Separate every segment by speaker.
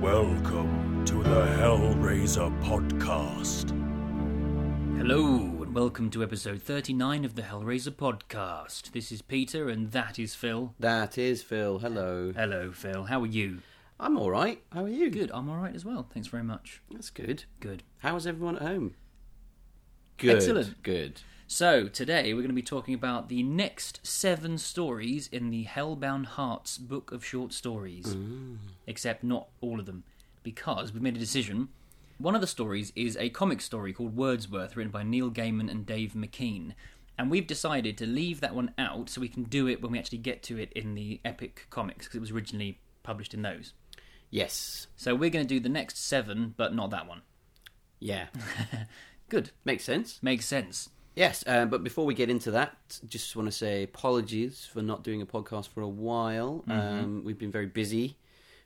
Speaker 1: Welcome to the Hellraiser podcast.
Speaker 2: Hello, and welcome to episode 39 of the Hellraiser podcast. This is Peter, and that is Phil.
Speaker 3: That is Phil. Hello.
Speaker 2: Hello, Phil. How are you?
Speaker 3: I'm all right. How are you?
Speaker 2: Good. I'm all right as well. Thanks very much.
Speaker 3: That's good.
Speaker 2: Good.
Speaker 3: How is everyone at home? Good.
Speaker 2: Excellent.
Speaker 3: Good.
Speaker 2: So, today we're going to be talking about the next seven stories in the Hellbound Hearts book of short stories. Except not all of them, because we've made a decision. One of the stories is a comic story called Wordsworth, written by Neil Gaiman and Dave McKean. And we've decided to leave that one out so we can do it when we actually get to it in the epic comics, because it was originally published in those.
Speaker 3: Yes.
Speaker 2: So, we're going to do the next seven, but not that one.
Speaker 3: Yeah.
Speaker 2: Good.
Speaker 3: Makes sense.
Speaker 2: Makes sense.
Speaker 3: Yes. Um, but before we get into that, just want to say apologies for not doing a podcast for a
Speaker 2: Mm-hmm.
Speaker 3: while. Um, we've been very busy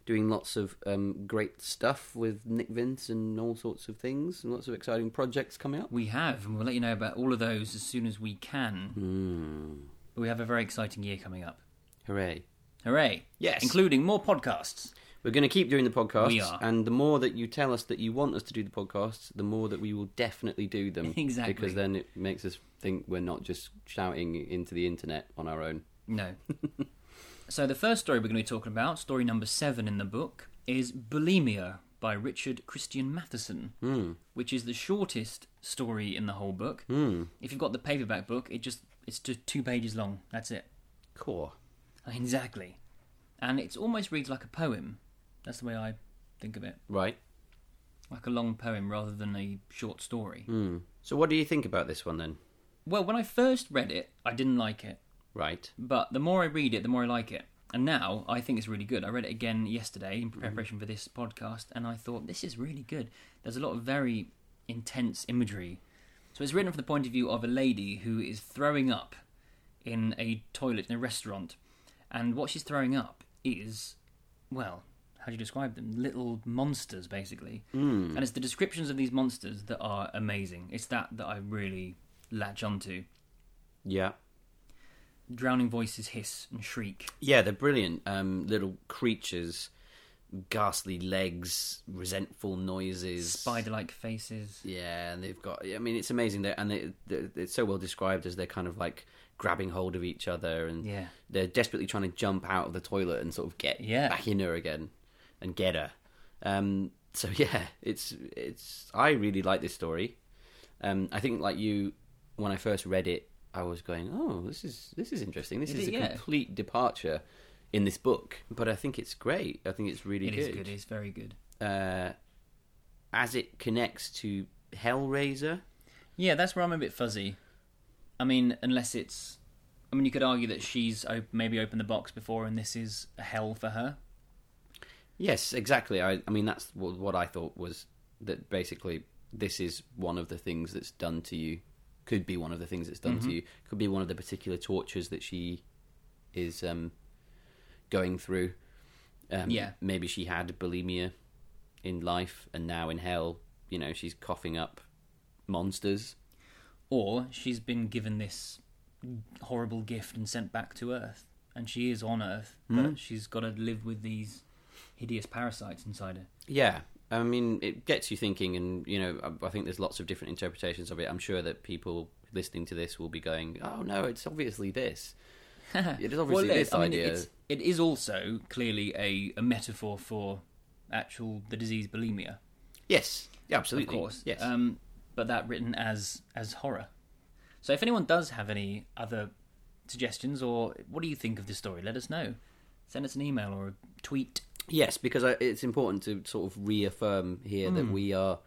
Speaker 3: doing lots of um, great stuff with Nick Vince and all sorts of things and lots of exciting projects coming up.
Speaker 2: We have, and we'll let you know about all of those as soon as we can. But we have a very exciting year coming up.
Speaker 3: Hooray.
Speaker 2: Hooray!
Speaker 3: Yes.
Speaker 2: Including more podcasts.
Speaker 3: We're going to keep doing the podcast,
Speaker 2: We are.
Speaker 3: and the more that you tell us that you want us to do the podcasts, the more that we will definitely do them.
Speaker 2: Exactly.
Speaker 3: because then it makes us think we're not just shouting into the internet on our own.
Speaker 2: No. so, the first story we're going to be talking about, story number seven in the book, is Bulimia by Richard Christian Matheson, which is the shortest story in the whole book. If you've got the paperback book, it just it's just two pages long. That's it.
Speaker 3: Core.
Speaker 2: Exactly. And it almost reads like a poem. That's the way I think of it.
Speaker 3: Right.
Speaker 2: like a long poem rather than a short story.
Speaker 3: So, what do you think about this one then?
Speaker 2: Well, when I first read it, I didn't like it,
Speaker 3: Right.
Speaker 2: but the more I read it, the more I like it. And now I think it's really good. I read it again yesterday in preparation for this podcast, and I thought this is really good. There's a lot of very intense imagery. So it's written from the point of view of a lady who is throwing up in a toilet in a restaurant, and what she's throwing up is, well, how do you describe them? Little monsters, basically. Mm. And it's the descriptions of these monsters that are amazing. It's that that I really latch onto.
Speaker 3: Yeah.
Speaker 2: Drowning voices hiss and shriek.
Speaker 3: Yeah, they're brilliant. Um, little creatures, ghastly legs, resentful noises,
Speaker 2: spider-like faces.
Speaker 3: Yeah, and they've got. I mean, it's amazing. They're, and they, they're, it's so well described as they're kind of like grabbing hold of each other, and
Speaker 2: Yeah.
Speaker 3: they're desperately trying to jump out of the toilet and sort of get
Speaker 2: Yeah.
Speaker 3: back in her again and get her. Um, so yeah, it's it's. I really like this story. Um, I think like you, when I first read it, I was going, "Oh, this is this is interesting. This
Speaker 2: Is
Speaker 3: is,
Speaker 2: it?
Speaker 3: a
Speaker 2: Yeah.
Speaker 3: complete departure." In this book, but I think it's great. I think it's really
Speaker 2: It
Speaker 3: good
Speaker 2: is good. It's very good.
Speaker 3: uh, as it connects to Hellraiser.
Speaker 2: Yeah, that's where I'm a bit fuzzy. I mean, unless it's, I mean, you could argue that she's op- maybe opened the box before, and this is a hell for her.
Speaker 3: Yes, exactly. I, I mean, that's what, what I thought was that basically this is one of the things that's done to you. Could be one of the things that's done to you. Could be one of the particular tortures that she is um, going through. Um,
Speaker 2: Yeah.
Speaker 3: Maybe she had bulimia in life, and now in hell, you know, she's coughing up monsters.
Speaker 2: or she's been given this horrible gift and sent back to Earth, and she is on Earth, but she's got to live with these hideous parasites inside her.
Speaker 3: Yeah, I mean, it gets you thinking, and you know, I- I think there's lots of different interpretations of it. I'm sure that people listening to this will be going, "Oh no, it's obviously this." it is obviously
Speaker 2: it-
Speaker 3: this
Speaker 2: I mean,
Speaker 3: idea.
Speaker 2: it's, it is also clearly a, a metaphor for actual the disease bulimia,
Speaker 3: yes, yeah,
Speaker 2: of
Speaker 3: absolutely.
Speaker 2: course.
Speaker 3: yes.
Speaker 2: Um, but that written as as horror. So if anyone does have any other suggestions or what do you think of this story, let us know. Send us an email or a tweet.
Speaker 3: Yes, because I, it's important to sort of reaffirm here
Speaker 2: Hmm.
Speaker 3: that we are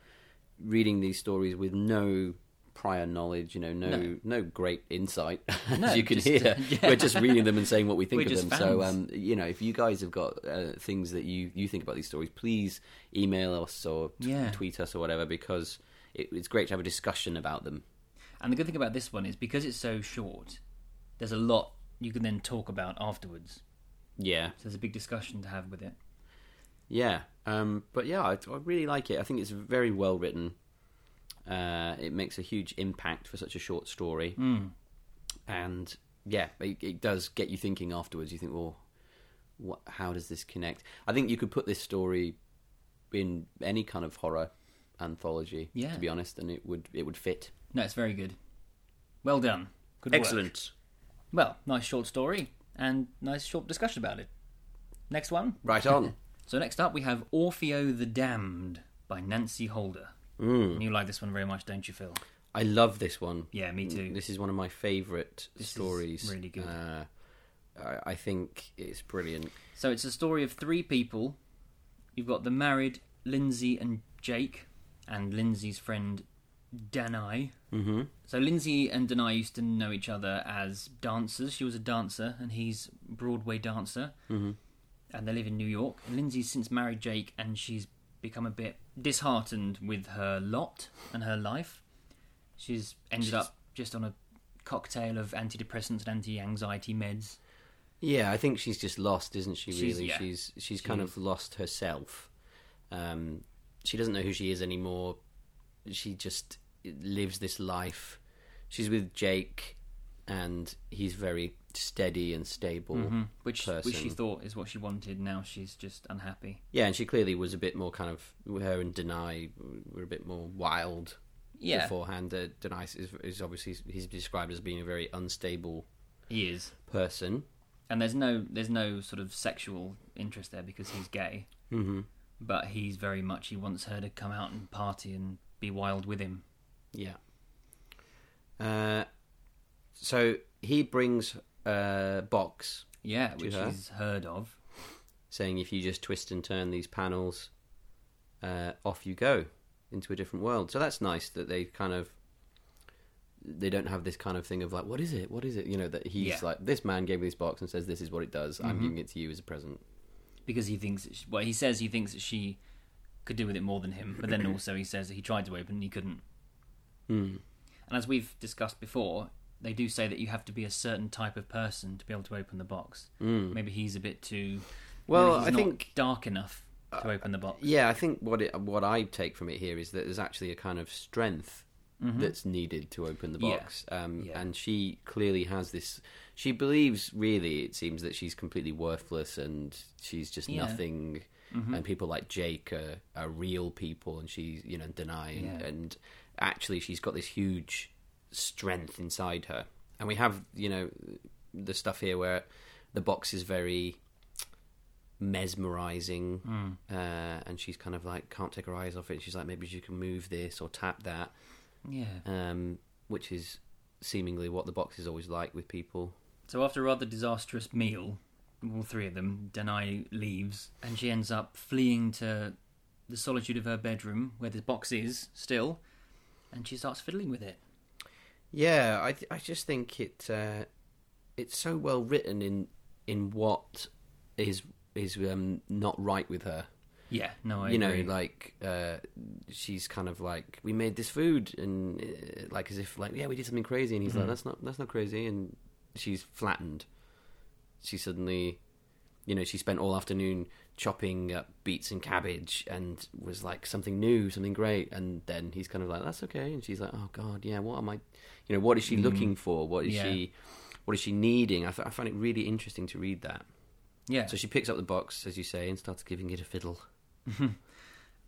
Speaker 3: reading these stories with no prior knowledge, you know, no no, great insight, as
Speaker 2: No,
Speaker 3: you can
Speaker 2: just- uh,
Speaker 3: hear.
Speaker 2: yeah.
Speaker 3: We're just reading them and saying what we think
Speaker 2: We're
Speaker 3: of
Speaker 2: just
Speaker 3: them. So,
Speaker 2: fans.
Speaker 3: um, you know, if you guys have got uh, things that you, you think about these stories, please email us or t-
Speaker 2: Yeah.
Speaker 3: tweet us or whatever, because it, it's great to have a discussion about them.
Speaker 2: And the good thing about this one is because it's so short, there's a lot you can then talk about afterwards.
Speaker 3: Yeah.
Speaker 2: So there's a big discussion to have with it.
Speaker 3: Yeah, um, but yeah, I, I really like it. I think it's very well written. Uh, it makes a huge impact for such a short story,
Speaker 2: Hmm.
Speaker 3: and yeah, it, it does get you thinking afterwards. You think, well, what, how does this connect? I think you could put this story in any kind of horror anthology.
Speaker 2: Yeah.
Speaker 3: to be honest, and it would it would fit.
Speaker 2: No, it's very good. Well done. Good work. Well, nice short story and nice short discussion about it. Next one.
Speaker 3: Right on.
Speaker 2: So next up we have Orfeo the Damned by Nancy Holder. And you like this one very much, don't you, Phil?
Speaker 3: I love this one.
Speaker 2: Yeah, me too.
Speaker 3: Mm, This is one of my favourite
Speaker 2: This is
Speaker 3: stories.
Speaker 2: really good.
Speaker 3: Uh, I, I think it's brilliant.
Speaker 2: So it's a story of three people. You've got the married Lindsay and Jake, and Lindsay's friend Danai. Mm-hmm. So Lindsay and Danai used to know each other as dancers. She was a dancer, and he's Broadway dancer. Mm-hmm. And they live in New York. And Lindsay's since married Jake, and she's become a bit disheartened with her lot and her life. She's ended up just on a cocktail of antidepressants and anti-anxiety meds.
Speaker 3: Yeah, I think she's just lost, isn't she?
Speaker 2: She's-
Speaker 3: Really,
Speaker 2: yeah.
Speaker 3: she's she's kind of lost herself. Um, she doesn't know who she is anymore. She just lives this life. She's with Jake, and he's very steady and stable.
Speaker 2: which
Speaker 3: person.
Speaker 2: which she thought is what she wanted. Now she's just unhappy.
Speaker 3: Yeah, and she clearly was a bit more kind of her and Denai were a bit more wild
Speaker 2: Yeah,
Speaker 3: beforehand. Uh, Denai is, is obviously he's described as being a very unstable
Speaker 2: he is,
Speaker 3: person.
Speaker 2: and there's no there's no sort of sexual interest there because he's gay. Mm-hmm. But he's very much he wants her to come out and party and be wild with him.
Speaker 3: Yeah. Uh, so he brings a box
Speaker 2: Yeah, which
Speaker 3: her?
Speaker 2: he's heard of.
Speaker 3: saying, if you just twist and turn these panels, uh, off you go into a different world. So that's nice that they kind of. They don't have this kind of thing of like, what is it? What is it? You know, that he's
Speaker 2: Yeah.
Speaker 3: like, this man gave me this box and says, this is what it does. I'm giving it to you as a present.
Speaker 2: because he thinks that she, well he says he thinks that she could do with it more than him but then also he says that he tried to open and he couldn't mm.
Speaker 3: Hmm.
Speaker 2: and as we've discussed before they do say that you have to be a certain type of person to be able to open the box mm. maybe he's a bit too
Speaker 3: Hmm. Well,
Speaker 2: maybe he's
Speaker 3: I
Speaker 2: not
Speaker 3: think- Uh,
Speaker 2: dark enough to open the box
Speaker 3: Yeah, I think what it, what I take from it here is that there's actually a kind of strength that's needed to open the
Speaker 2: Yeah.
Speaker 3: box, um,
Speaker 2: Yeah.
Speaker 3: and she clearly has this. She believes, really, it seems that she's completely worthless and she's just
Speaker 2: Yeah. Mm-hmm.
Speaker 3: nothing. And people like Jake are, are real people, and she's you know deny and,
Speaker 2: Yeah.
Speaker 3: and actually she's got this huge strength inside her. And we have you know the stuff here where the box is very mesmerizing
Speaker 2: Mm.
Speaker 3: uh, and she's kind of like can't take her eyes off it she's like maybe she can move this or tap that
Speaker 2: yeah
Speaker 3: um, which is seemingly what the box is always like with people
Speaker 2: so after a rather disastrous meal all three of them Danai leaves and she ends up fleeing to the solitude of her bedroom where the box is still and she starts fiddling with it
Speaker 3: yeah i, th- I just think it uh, it's so well written in in what is is um, not right with her
Speaker 2: Yeah, no, I
Speaker 3: you
Speaker 2: agree.
Speaker 3: know, like uh, she's kind of like, we made this food, and uh, like as if like, yeah, we did something crazy, and he's
Speaker 2: Mm-hmm.
Speaker 3: like, that's not that's not crazy, and she's flattened. She suddenly, you know, she spent all afternoon chopping up beets and cabbage, and was like something new, something great, and then he's kind of like, that's okay, and she's like, oh god, yeah, what am I, you know, what is she looking for? What is
Speaker 2: Mm. Yeah.
Speaker 3: she, what is she needing? I, f- I find it really interesting to read that.
Speaker 2: yeah,
Speaker 3: So she picks up the box, as you say, and starts giving it a fiddle.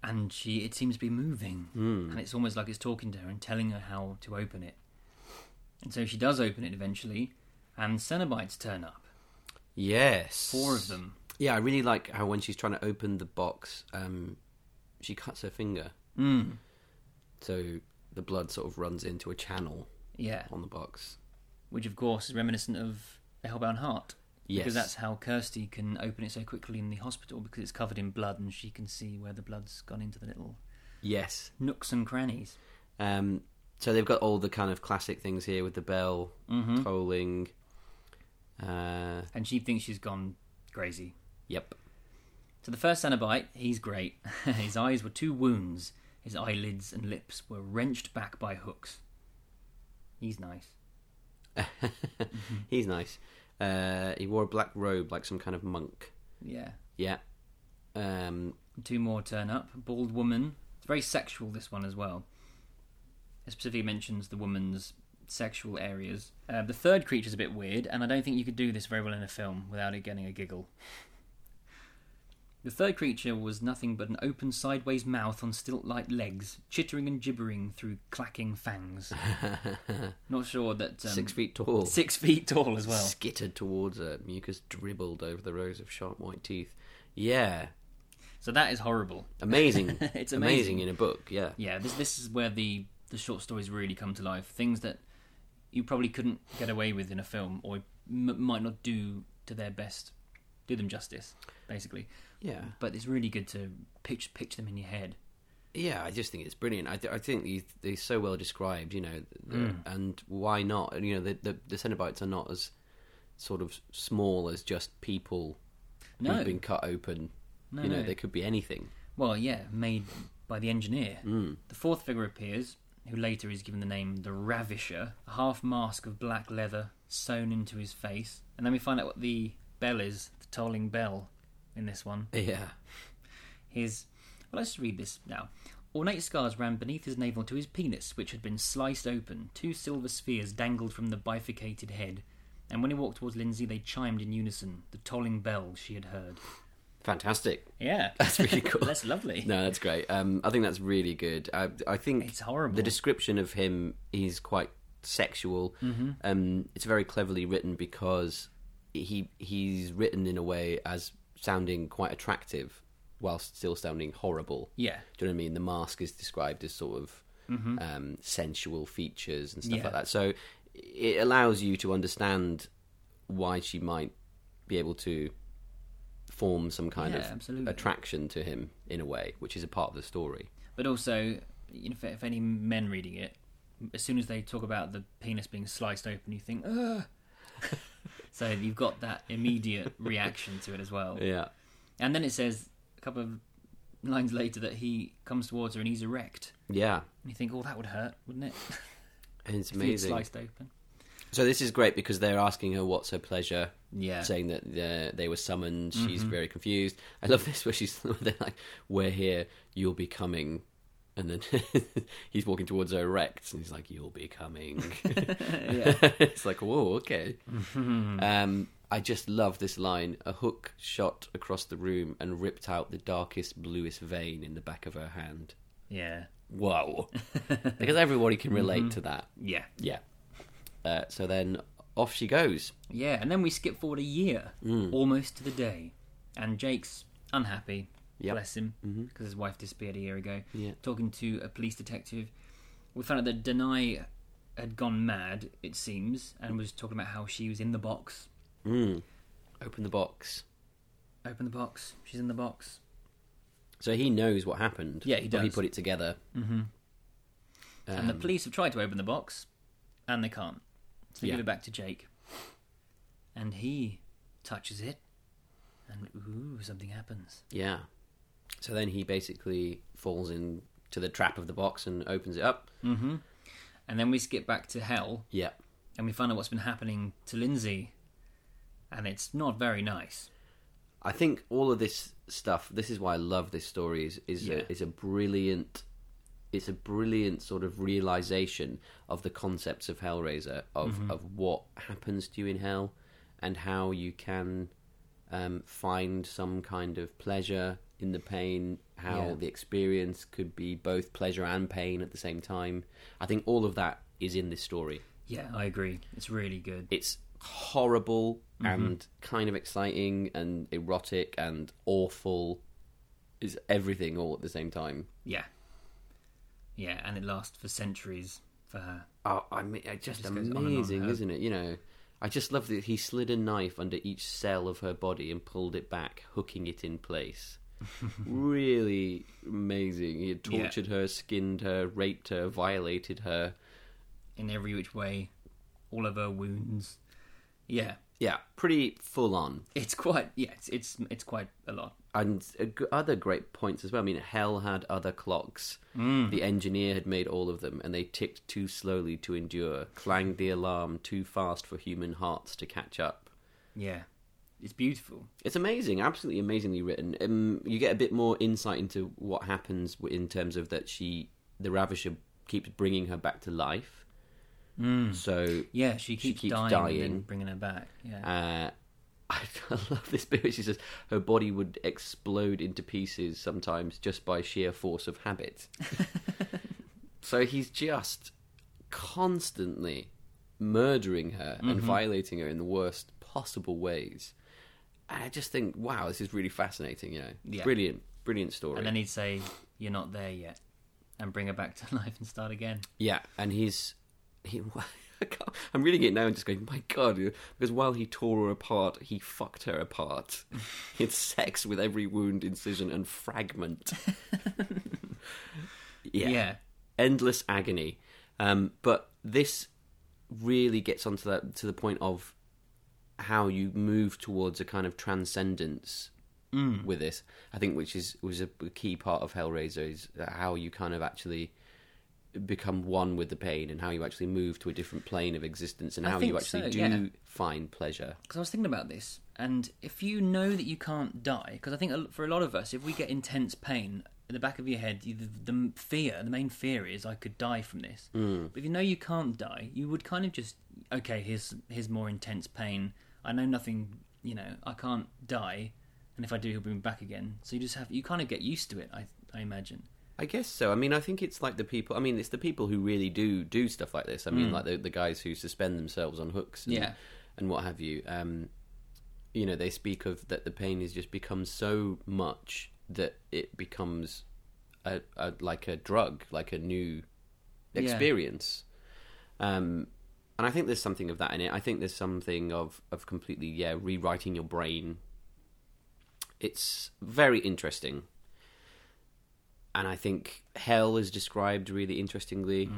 Speaker 2: and she it seems to be moving,
Speaker 3: Hmm.
Speaker 2: and it's almost like it's talking to her and telling her how to open it. And so she does open it eventually, and Cenobites turn up,
Speaker 3: Yes,
Speaker 2: four of them.
Speaker 3: Yeah, I really like how when she's trying to open the box, um, she cuts her finger.
Speaker 2: Hmm.
Speaker 3: So the blood sort of runs into a channel
Speaker 2: Yeah,
Speaker 3: on the box.
Speaker 2: which of course is reminiscent of a Hellbound Heart.
Speaker 3: Yes.
Speaker 2: Because that's how Kirsty can open it so quickly in the hospital because it's covered in blood and she can see where the blood's gone into the little
Speaker 3: Yes.
Speaker 2: nooks and crannies.
Speaker 3: Um, so they've got all the kind of classic things here with the bell
Speaker 2: Mm-hmm.
Speaker 3: tolling. Uh,
Speaker 2: And she thinks she's gone crazy.
Speaker 3: yep.
Speaker 2: So the first Cenobite, he's great. his eyes were two wounds. His eyelids and lips were wrenched back by hooks. He's nice. Mm-hmm.
Speaker 3: He's nice. Uh, he wore a black robe like some kind of monk.
Speaker 2: Yeah.
Speaker 3: Yeah. Um,
Speaker 2: Two more turn up. Bald woman. It's very sexual, this one as well. It specifically mentions the woman's sexual areas. Uh, the third creature's a bit weird, and I don't think you could do this very well in a film without it getting a giggle. The third creature was nothing but an open sideways mouth on stilt like legs, chittering and gibbering through clacking fangs. Not sure that. Um,
Speaker 3: Six feet tall.
Speaker 2: Six feet tall as well.
Speaker 3: Skittered towards her, mucus dribbled over the rows of sharp white teeth. Yeah,
Speaker 2: So that is horrible.
Speaker 3: amazing.
Speaker 2: It's amazing.
Speaker 3: amazing in a book. Yeah,
Speaker 2: Yeah, this this is where the the short stories really come to life. Things that you probably couldn't get away with in a film, or m- might not do to their best, do them justice, basically.
Speaker 3: yeah.
Speaker 2: But it's really good to picture picture them in your head.
Speaker 3: Yeah, I just think it's brilliant. I, th- I think these they're so well described, you know, the,
Speaker 2: Mm.
Speaker 3: and why not? And, You know, the, the the Cenobites are not as sort of small as just people
Speaker 2: No.
Speaker 3: who've been cut open.
Speaker 2: No,
Speaker 3: you know,
Speaker 2: no.
Speaker 3: they could be anything.
Speaker 2: Well, yeah, made by the engineer. The fourth figure appears, who later is given the name the Ravisher, a half mask of black leather sewn into his face, and then we find out what the bell is, the tolling bell, in this one.
Speaker 3: Yeah,
Speaker 2: His. Well, let's read this now. Ornate scars ran beneath his navel to his penis, which had been sliced open. Two silver spheres dangled from the bifurcated head, and when he walked towards Lindsay, they chimed in unison, the tolling bell she had heard.
Speaker 3: fantastic.
Speaker 2: Yeah.
Speaker 3: That's really cool.
Speaker 2: that's lovely.
Speaker 3: No, that's great. Um, I think that's really good. I, I think
Speaker 2: It's horrible.
Speaker 3: The description of him is quite sexual.
Speaker 2: Mm-hmm.
Speaker 3: Um, it's very cleverly written because he he's written in a way as sounding quite attractive, whilst still sounding horrible.
Speaker 2: Yeah.
Speaker 3: Do you know what I mean? The mask is described as sort of um, sensual features and stuff
Speaker 2: Mm-hmm. Yeah.
Speaker 3: like that. So it allows you to understand why she might be able to form some kind
Speaker 2: Yeah,
Speaker 3: of
Speaker 2: absolutely.
Speaker 3: attraction to him in a way, which is a part of the story.
Speaker 2: But also, you know, if, if any men reading it, as soon as they talk about the penis being sliced open, you think, ugh. so you've got that immediate reaction to it as well.
Speaker 3: Yeah.
Speaker 2: And then it says a couple of lines later that he comes towards her and he's erect.
Speaker 3: Yeah.
Speaker 2: And you think, oh, that would hurt, wouldn't it?
Speaker 3: And it's
Speaker 2: if he'd
Speaker 3: amazing.
Speaker 2: sliced open.
Speaker 3: So this is great because they're asking her what's her pleasure.
Speaker 2: Yeah.
Speaker 3: Saying that they're- they were summoned. She's very confused. I love this where she's they're like, "We're here. You'll be coming." And then he's walking towards her erect, and he's like, "You'll be coming." it's like, "Whoa, okay." um, I just love this line: "A hook shot across the room and ripped out the darkest, bluest vein in the back of her hand."
Speaker 2: Yeah.
Speaker 3: Whoa! because everybody can relate to that.
Speaker 2: Yeah.
Speaker 3: Yeah. Uh, so then off she goes.
Speaker 2: Yeah. And then we skip forward a year,
Speaker 3: Mm.
Speaker 2: almost to the day. And Jake's unhappy.
Speaker 3: Yep. Mm-hmm.
Speaker 2: Bless him, because his wife disappeared a year ago.
Speaker 3: Yeah.
Speaker 2: Talking to a police detective, we found out that Denai had gone mad, it seems, and was talking about how she was in the box.
Speaker 3: Open the box.
Speaker 2: Open the box. She's in the box.
Speaker 3: So he knows what happened.
Speaker 2: Yeah, he
Speaker 3: but He
Speaker 2: does.
Speaker 3: put it together.
Speaker 2: and the police have tried to open the box, and they can't. So they
Speaker 3: Yeah.
Speaker 2: give it back to Jake, and he touches it, and ooh, something happens.
Speaker 3: Yeah. So then he basically falls into the trap of the box and opens it up.
Speaker 2: And then we skip back to hell,
Speaker 3: Yeah.
Speaker 2: and we find out what's been happening to Lindsay, and it's not very nice.
Speaker 3: I think all of this stuff. This is why I love this story. Is is
Speaker 2: Yeah.
Speaker 3: a, is a brilliant. It's a brilliant sort of realization of the concepts of Hellraiser of
Speaker 2: Mm-hmm.
Speaker 3: of what happens to you in hell, and how you can um, find some kind of pleasure in the pain. How
Speaker 2: Yeah.
Speaker 3: the experience could be both pleasure and pain at the same time. I think all of that is in this story
Speaker 2: Yeah, I agree. It's really good.
Speaker 3: it's horrible and kind of exciting and erotic and awful is everything all at the same time
Speaker 2: Yeah, yeah, and it lasts for centuries for her.
Speaker 3: oh i mean it's just,
Speaker 2: just goes on and on,
Speaker 3: amazing
Speaker 2: huh?
Speaker 3: isn't it you know i just love that he slid a knife under each cell of her body and pulled it back hooking it in place really amazing he had
Speaker 2: Yeah.
Speaker 3: tortured her skinned her raped her violated her
Speaker 2: In every which way, all of her wounds. Yeah,
Speaker 3: yeah pretty full on
Speaker 2: it's quite. Yeah, it's it's, it's quite a lot.
Speaker 3: and uh, g- other great points as well. I mean, Hell had other clocks. The engineer had made all of them, and they ticked too slowly to endure, clanged the alarm too fast for human hearts to catch up.
Speaker 2: Yeah, it's beautiful.
Speaker 3: It's amazing, absolutely amazingly written. Um, you get a bit more insight into what happens w- in terms of that she, the Ravisher, keeps bringing her back to life. So
Speaker 2: Yeah, she keeps,
Speaker 3: keeps
Speaker 2: dying, and
Speaker 3: dying.
Speaker 2: then bringing her back. Yeah,
Speaker 3: Uh, I, I love this bit where she says her body would explode into pieces sometimes just by sheer force of habit. so he's just constantly murdering her and violating her in the worst possible ways. And I just think, wow, this is really fascinating, you know.
Speaker 2: Yeah.
Speaker 3: Brilliant, brilliant story.
Speaker 2: And then he'd say, "You're not there yet," and bring her back to life and start again.
Speaker 3: Yeah, and he's he. I can't- I'm reading it now and just going, my god, because while he tore her apart, he fucked her apart. he had sex with every wound, incision, and fragment. yeah.
Speaker 2: Yeah.
Speaker 3: endless agony. Um, but this really gets onto that to the point of how you move towards a kind of transcendence
Speaker 2: Mm.
Speaker 3: with this. I think which is was a key part of Hellraiser is how you kind of actually become one with the pain and how you actually move to a different plane of existence and
Speaker 2: I
Speaker 3: how
Speaker 2: think
Speaker 3: you actually
Speaker 2: so,
Speaker 3: do
Speaker 2: yeah.
Speaker 3: find pleasure.
Speaker 2: Because I was thinking about this, and if you know that you can't die, because I think a- for a lot of us, if we get intense pain in the back of your head, you, the, the m- fear, the main fear is I could die from this.
Speaker 3: Mm.
Speaker 2: But if you know you can't die, you would kind of just okay, here's here's more intense pain. I know nothing, you know, I can't die, and if I do, he'll bring me back again. So you just have you kind of get used to it. I I imagine.
Speaker 3: I guess so. I mean, I think it's like the people. I mean, it's the people who really do do stuff like this. I mean, like the, the guys who suspend themselves on hooks, and,
Speaker 2: Yeah.
Speaker 3: and what have you. Um, you know, they speak of that the pain has just become so much that it becomes a, a like a drug, like a new
Speaker 2: Yeah.
Speaker 3: experience. Um, and I think there's something of that in it. I think there's something of of completely yeah rewriting your brain. It's very interesting and I think hell is described really interestingly.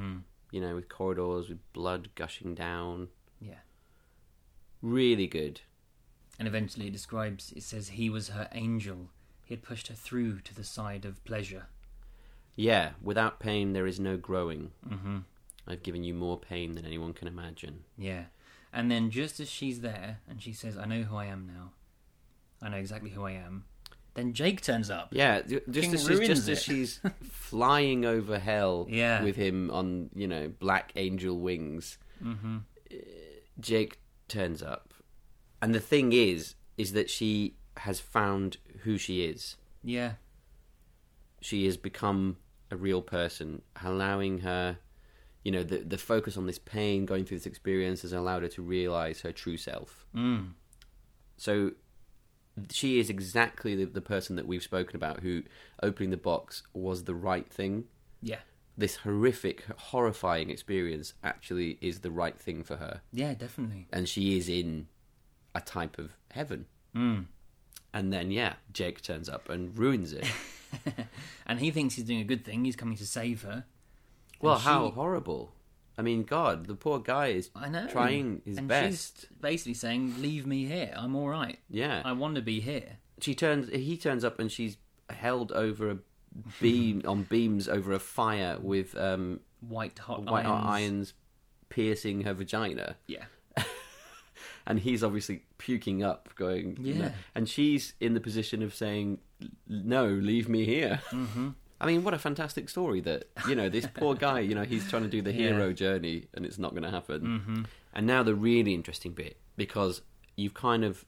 Speaker 3: You know, with corridors, with blood gushing down.
Speaker 2: Yeah.
Speaker 3: Really good.
Speaker 2: And eventually it describes. It says he was her angel. He had pushed her through to the side of pleasure.
Speaker 3: Yeah, without pain there is no growing. Mm-hmm. I've given you more pain than anyone can imagine.
Speaker 2: Yeah. And then just as she's there and she says, I know who I am now. I know exactly who I am. Then Jake turns up.
Speaker 3: Yeah, ju- just
Speaker 2: King
Speaker 3: as she's,
Speaker 2: ruins
Speaker 3: just as
Speaker 2: it.
Speaker 3: she's flying over hell
Speaker 2: Yeah.
Speaker 3: with him on you know black angel wings, mm-hmm. Jake turns up, and the thing is, is that she has found who she is.
Speaker 2: Yeah.
Speaker 3: she has become a real person, allowing her, you know, the the focus on this pain, going through this experience, has allowed her to realize her true self. So she is exactly the, the person that we've spoken about, who opening the box was the right thing.
Speaker 2: Yeah.
Speaker 3: This horrific, horrifying experience actually is the right thing for her
Speaker 2: Yeah, definitely.
Speaker 3: and she is in a type of heaven. And then, yeah, Jake turns up and ruins it.
Speaker 2: And he thinks he's doing a good thing. He's coming to save her.
Speaker 3: Well,
Speaker 2: And
Speaker 3: how
Speaker 2: she-
Speaker 3: horrible! I mean, God, the poor guy is
Speaker 2: I know.
Speaker 3: trying his
Speaker 2: and
Speaker 3: best.
Speaker 2: She's basically saying, Leave me here. I'm all right.
Speaker 3: Yeah,
Speaker 2: I want to be here.
Speaker 3: she turns. He turns up, and she's held over a beam on beams over a fire with um,
Speaker 2: White hot
Speaker 3: white hot
Speaker 2: irons.
Speaker 3: irons piercing her vagina,
Speaker 2: Yeah.
Speaker 3: and he's obviously puking up, going.
Speaker 2: Yeah.
Speaker 3: "No." and she's in the position of saying, "No, leave me here." Mm-hmm. I mean, what a fantastic story that you know this poor guy. You know, he's trying to do the
Speaker 2: Yeah. Mm-hmm.
Speaker 3: hero journey, and it's not going to happen. And now the really interesting bit because you've kind of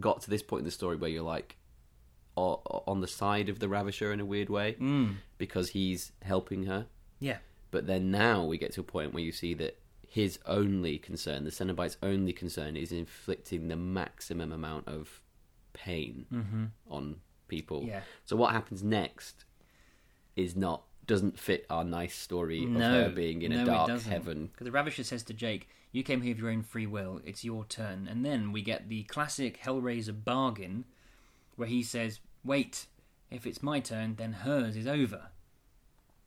Speaker 3: got to this point in the story where you're like o- on the side of the Ravisher in a weird way
Speaker 2: Mm.
Speaker 3: because he's helping her.
Speaker 2: Yeah.
Speaker 3: But then now we get to a point where you see that his only concern, the Cenobite's only concern, is inflicting the maximum amount of pain on people.
Speaker 2: Mm-hmm. Yeah.
Speaker 3: So what happens next is not doesn't fit our nice story of her being in a dark heaven.
Speaker 2: Because the Ravisher says to Jake, "You came here of your own free will. It's your turn." And then we get the classic Hellraiser bargain, where he says, "Wait, if it's my turn, then hers is over,"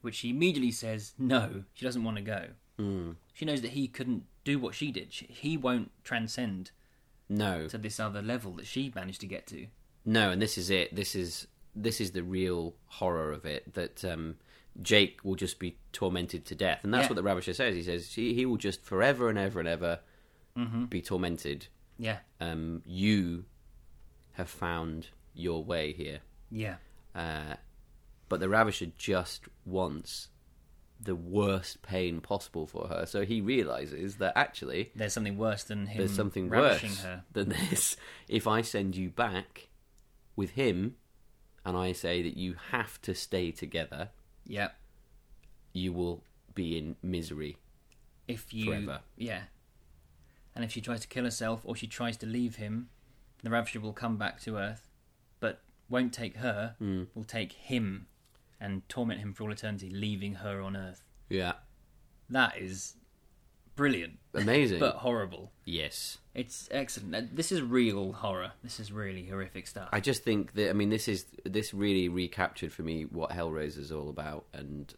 Speaker 2: which she immediately says, "No, she doesn't want to go.
Speaker 3: Hmm.
Speaker 2: She knows that he couldn't do what she did. She, he won't transcend
Speaker 3: No.
Speaker 2: to this other level that she managed to get to."
Speaker 3: No, and this is it. This is this is the real horror of it that um, Jake will just be tormented to death, and that's
Speaker 2: Yeah.
Speaker 3: what the Ravisher says. He says he, he will just forever and ever and ever
Speaker 2: Mm-hmm.
Speaker 3: be tormented.
Speaker 2: Yeah,
Speaker 3: Um, you have found your way here,
Speaker 2: yeah,
Speaker 3: uh, but the Ravisher just wants the worst pain possible for her. So he realizes that actually
Speaker 2: There's something worse than him
Speaker 3: there's something
Speaker 2: Mm, ravishing
Speaker 3: worse
Speaker 2: her.
Speaker 3: than this. If I send you back with him and I say that you have to stay together,
Speaker 2: Yeah.
Speaker 3: you will be in misery.
Speaker 2: If you
Speaker 3: Forever.
Speaker 2: Yeah. And if she tries to kill herself or she tries to leave him, the Ravisher will come back to Earth, but won't take her,
Speaker 3: Hmm.
Speaker 2: will take him and torment him for all eternity, leaving her on Earth.
Speaker 3: Yeah.
Speaker 2: That is brilliant.
Speaker 3: Amazing.
Speaker 2: But horrible.
Speaker 3: yes.
Speaker 2: It's excellent. Uh, This is real horror. This is really horrific stuff.
Speaker 3: I just think that I mean this is this really recaptured for me what Hellraiser is all about and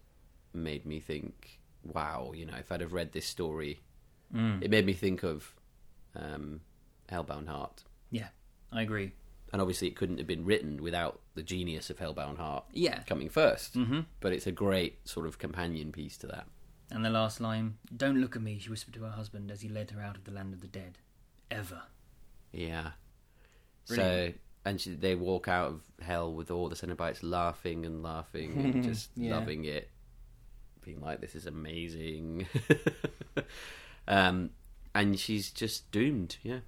Speaker 3: made me think, wow, you know, if I'd have read this story, it made me think of um, Hellbound Heart,
Speaker 2: yeah, I agree.
Speaker 3: and obviously it couldn't have been written without the genius of Hellbound Heart
Speaker 2: Yeah.
Speaker 3: coming 1st Mm-hmm. But it's a great sort of companion piece to that.
Speaker 2: And the last line Don't look at me, she whispered to her husband as he led her out of the land of the dead. Ever.
Speaker 3: Yeah.
Speaker 2: Brilliant.
Speaker 3: So and she, they walk out of hell with all the Cenobites laughing and laughing and just
Speaker 2: Yeah.
Speaker 3: loving it, being like, "This is amazing." um, and she's just doomed. Yeah,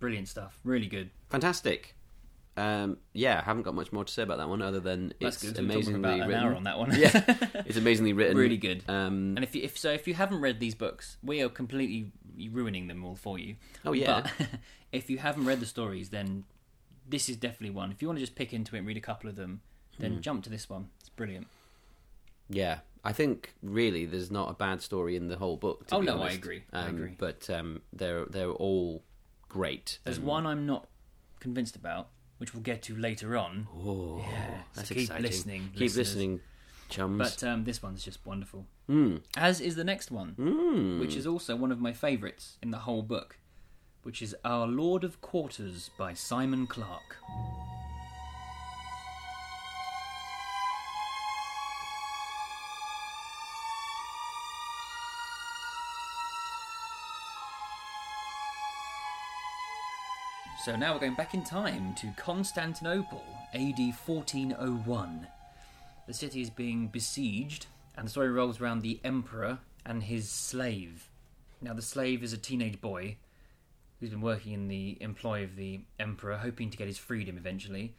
Speaker 2: Brilliant stuff. Really good.
Speaker 3: fantastic. Um, yeah, I haven't got much more to say about that one other than
Speaker 2: That's
Speaker 3: it's
Speaker 2: good. We're talking
Speaker 3: amazingly
Speaker 2: about an
Speaker 3: written.
Speaker 2: hour on that one.
Speaker 3: yeah, it's amazingly written.
Speaker 2: Really good.
Speaker 3: Um,
Speaker 2: And if, you, if so, if you haven't read these books, we are completely ruining them all for you.
Speaker 3: Oh, yeah.
Speaker 2: But if you haven't read the stories, then this is definitely one. If you want to just pick into it and read a couple of them, then
Speaker 3: Hmm.
Speaker 2: jump to this one. It's brilliant.
Speaker 3: Yeah, I think really there's not a bad story in the whole book. To
Speaker 2: Oh,
Speaker 3: be
Speaker 2: no, I
Speaker 3: honest.
Speaker 2: agree. I
Speaker 3: Um,
Speaker 2: agree.
Speaker 3: But um, they're they're all great.
Speaker 2: There's one I'm not convinced about, which we'll get to later on.
Speaker 3: Oh,
Speaker 2: Yeah, so
Speaker 3: that's
Speaker 2: keep
Speaker 3: exciting.
Speaker 2: listening,
Speaker 3: keep
Speaker 2: listeners.
Speaker 3: listening, chums.
Speaker 2: But um, this one's just wonderful. As is the next one, which is also one of my favourites in the whole book, which is Our Lord of Quarters by Simon Clarke. So now we're going back in time to Constantinople, AD 1401. The city is being besieged, and the story rolls around the emperor and his slave. Now, the slave is a teenage boy who's been working in the employ of the emperor, hoping to get his freedom eventually.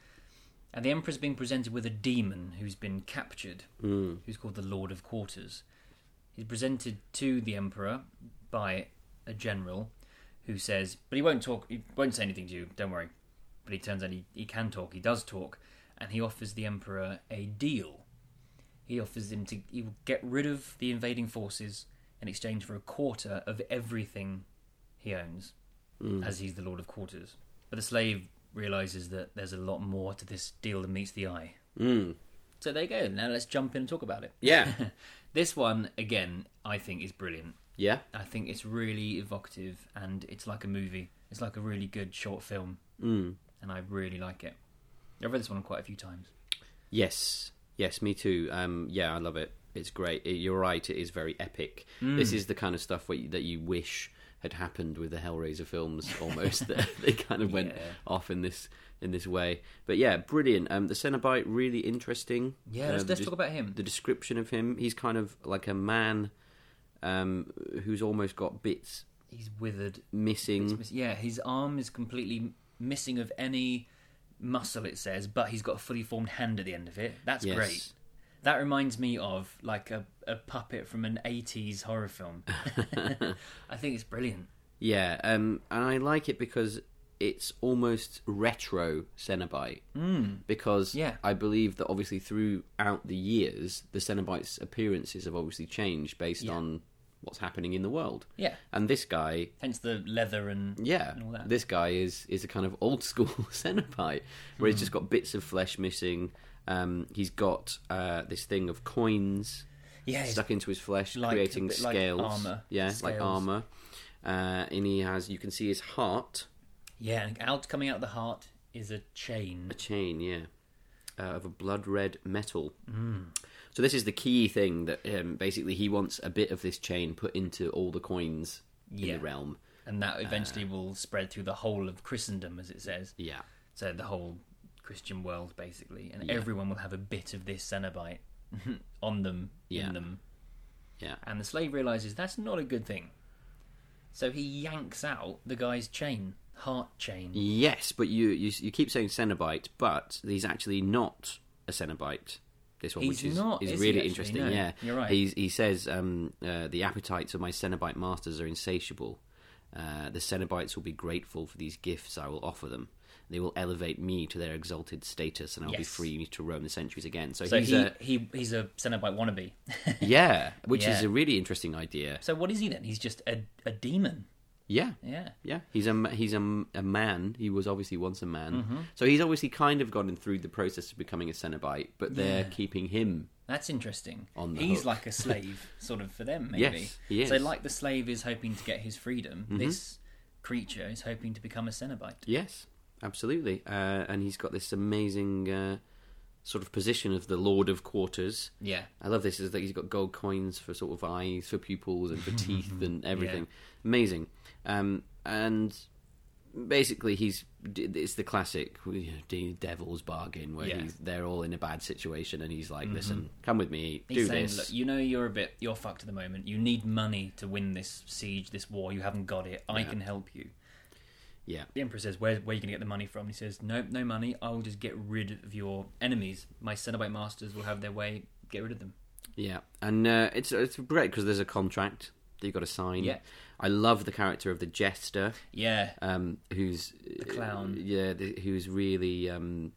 Speaker 2: And the emperor's being presented with a demon who's been captured, who's called the Lord of Quarters. He's presented to the emperor by a general who says, but he won't talk, he won't say anything to you, don't worry. But he turns out he, he can talk, he does talk, and he offers the emperor a deal. He offers him to he will get rid of the invading forces in exchange for a quarter of everything he owns, as he's the lord of quarters. But the slave realizes that there's a lot more to this deal than meets the eye.
Speaker 3: Mm.
Speaker 2: So there you go. Now let's jump in and talk about it.
Speaker 3: Yeah,
Speaker 2: This one again, I think is brilliant.
Speaker 3: yeah,
Speaker 2: I think it's really evocative and it's like a movie. It's like a really good short film.
Speaker 3: mm.
Speaker 2: And I really like it. I've read this one quite a few times.
Speaker 3: yes, yes. Me too. Um, yeah, I love it. It's great. It- you're right. It is very epic.
Speaker 2: Mm.
Speaker 3: This is the kind of stuff where you, that you wish had happened with the Hellraiser films. Almost That they kind of went
Speaker 2: Yeah.
Speaker 3: off in this in this way. But yeah, brilliant. Um, the Cenobite really interesting.
Speaker 2: Yeah,
Speaker 3: Uh,
Speaker 2: let's,
Speaker 3: the
Speaker 2: let's
Speaker 3: dis-
Speaker 2: talk about him.
Speaker 3: the description of him. He's kind of like a man um, who's almost got bits
Speaker 2: He's withered.
Speaker 3: missing.
Speaker 2: It's miss- yeah, his arm is completely m- missing of any muscle, it says, but he's got a fully formed hand at the end of it. That's
Speaker 3: Yes.
Speaker 2: great. That reminds me of like a, a puppet from an 80s horror film. I think it's brilliant.
Speaker 3: Yeah, um, and I like it because it's almost retro Cenobite. Mm. Because
Speaker 2: Hmm. Yeah.
Speaker 3: I believe that obviously throughout the years, the Cenobite's appearances have obviously changed based
Speaker 2: Yeah.
Speaker 3: on what's happening in the world.
Speaker 2: Yeah.
Speaker 3: And this guy
Speaker 2: Hence the leather and.
Speaker 3: yeah,
Speaker 2: and all that.
Speaker 3: this guy is is a kind of old school Cenobite, where
Speaker 2: Hmm.
Speaker 3: he's just got bits of flesh missing. Um, he's got uh, this thing of coins
Speaker 2: Yeah, he's-
Speaker 3: stuck into his flesh,
Speaker 2: like- a
Speaker 3: creating
Speaker 2: bit like
Speaker 3: scales.
Speaker 2: armor.
Speaker 3: Yeah,
Speaker 2: Scales.
Speaker 3: like armor. Uh, and he has, you can see his heart,
Speaker 2: yeah, and out coming out of the heart is a chain.
Speaker 3: a chain, yeah, uh, of a blood red metal.
Speaker 2: Mm.
Speaker 3: So this is the key thing that um, basically he wants a bit of this chain put into all the coins
Speaker 2: Yeah.
Speaker 3: in the realm.
Speaker 2: And that eventually will spread through the whole of Christendom, as it says.
Speaker 3: Ah. Yeah.
Speaker 2: So the whole Christian world, basically. And everyone will have a bit of this Cenobite on them,
Speaker 3: Yeah.
Speaker 2: in them.
Speaker 3: Yeah.
Speaker 2: And the slave realizes that's not a good thing. So he yanks out the guy's chain, heart chain.
Speaker 3: Yes, but you, you you keep saying Cenobite, but he's actually not a Cenobite. This one,
Speaker 2: He's
Speaker 3: which is,
Speaker 2: not,
Speaker 3: is
Speaker 2: is he
Speaker 3: really
Speaker 2: actually?
Speaker 3: interesting.
Speaker 2: No,
Speaker 3: yeah,
Speaker 2: you're right.
Speaker 3: He's, he says um, uh, the appetites of my Cenobite masters are insatiable. Uh, the Cenobites will be grateful for these gifts I will offer them. They will elevate me to their exalted status, and I'll be
Speaker 2: Yes.
Speaker 3: free to roam the centuries again. So,
Speaker 2: So
Speaker 3: he's
Speaker 2: he,
Speaker 3: a
Speaker 2: he he's a Cenobite wannabe.
Speaker 3: yeah, which is
Speaker 2: Yeah.
Speaker 3: a really interesting idea.
Speaker 2: so what is he then? He's just a, a demon.
Speaker 3: Yeah,
Speaker 2: Yeah.
Speaker 3: Yeah, he's a ma- he's a, m- a man. He was obviously once a man, so he's obviously kind of gone through the process of becoming a Cenobite, but they're keeping him.
Speaker 2: That's interesting.
Speaker 3: On the
Speaker 2: he's
Speaker 3: hook.
Speaker 2: like a slave, sort of for them, maybe.
Speaker 3: Yes, he
Speaker 2: So
Speaker 3: is. Mm-hmm.
Speaker 2: like the slave is hoping to get his freedom, this creature is hoping to become a Cenobite.
Speaker 3: Yes, absolutely, uh, and he's got this amazing uh, sort of position of the Lord of Quarters.
Speaker 2: Yeah.
Speaker 3: I love this is that he's got gold coins for sort of eyes, for pupils, and for teeth, and everything. Amazing, um, and basically he's it's the classic you know, de- devil's bargain where
Speaker 2: Yeah. Mm-hmm.
Speaker 3: he's, they're all in a bad situation, and he's like, "Listen, come with me,
Speaker 2: He's
Speaker 3: do
Speaker 2: saying,
Speaker 3: this."
Speaker 2: look, you know you're a bit you're fucked at the moment. You need money to win this siege, this war. You haven't got it. I can help you.
Speaker 3: yeah,
Speaker 2: The emperor says, "Where where are you going to get the money from?" He says, "No, no money. I will just get rid of your enemies. My Cenobite masters will have their way. Get rid of them."
Speaker 3: yeah, and uh, it's it's great because there's a contract that you got to sign.
Speaker 2: Yeah.
Speaker 3: I love the character of the jester.
Speaker 2: Yeah.
Speaker 3: um, who's the
Speaker 2: clown.
Speaker 3: yeah, the, who's really um,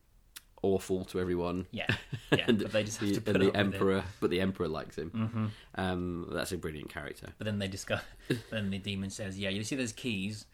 Speaker 3: awful to everyone.
Speaker 2: Yeah. Yeah,
Speaker 3: And
Speaker 2: but they just have
Speaker 3: the-
Speaker 2: to put
Speaker 3: and
Speaker 2: up
Speaker 3: the
Speaker 2: with it. Mm-hmm.
Speaker 3: emperor, but the emperor likes him. Um, that's a brilliant character.
Speaker 2: But then they discover. then the demon says, "Yeah, you see those keys?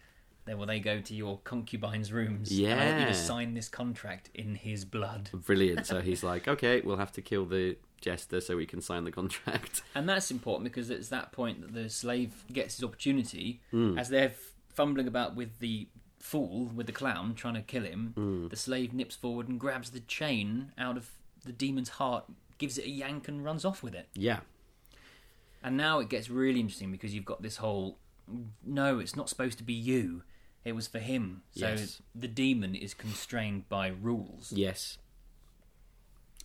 Speaker 2: Then will they go to your concubine's rooms? and I want you
Speaker 3: Yeah.
Speaker 2: to sign this contract in his blood."
Speaker 3: Brilliant. so he's like, okay, we'll have to kill the jester so we can sign the contract.
Speaker 2: And that's important because it's that point that the slave gets his opportunity as they're f- fumbling about with the fool, with the clown trying to kill him. The slave nips forward and grabs the chain out of the demon's heart, gives it a yank, and runs off with it.
Speaker 3: yeah,
Speaker 2: And now it gets really interesting because you've got this whole no, it's not supposed to be you. It was for him. So
Speaker 3: Yes.
Speaker 2: the demon is constrained by rules.
Speaker 3: yes.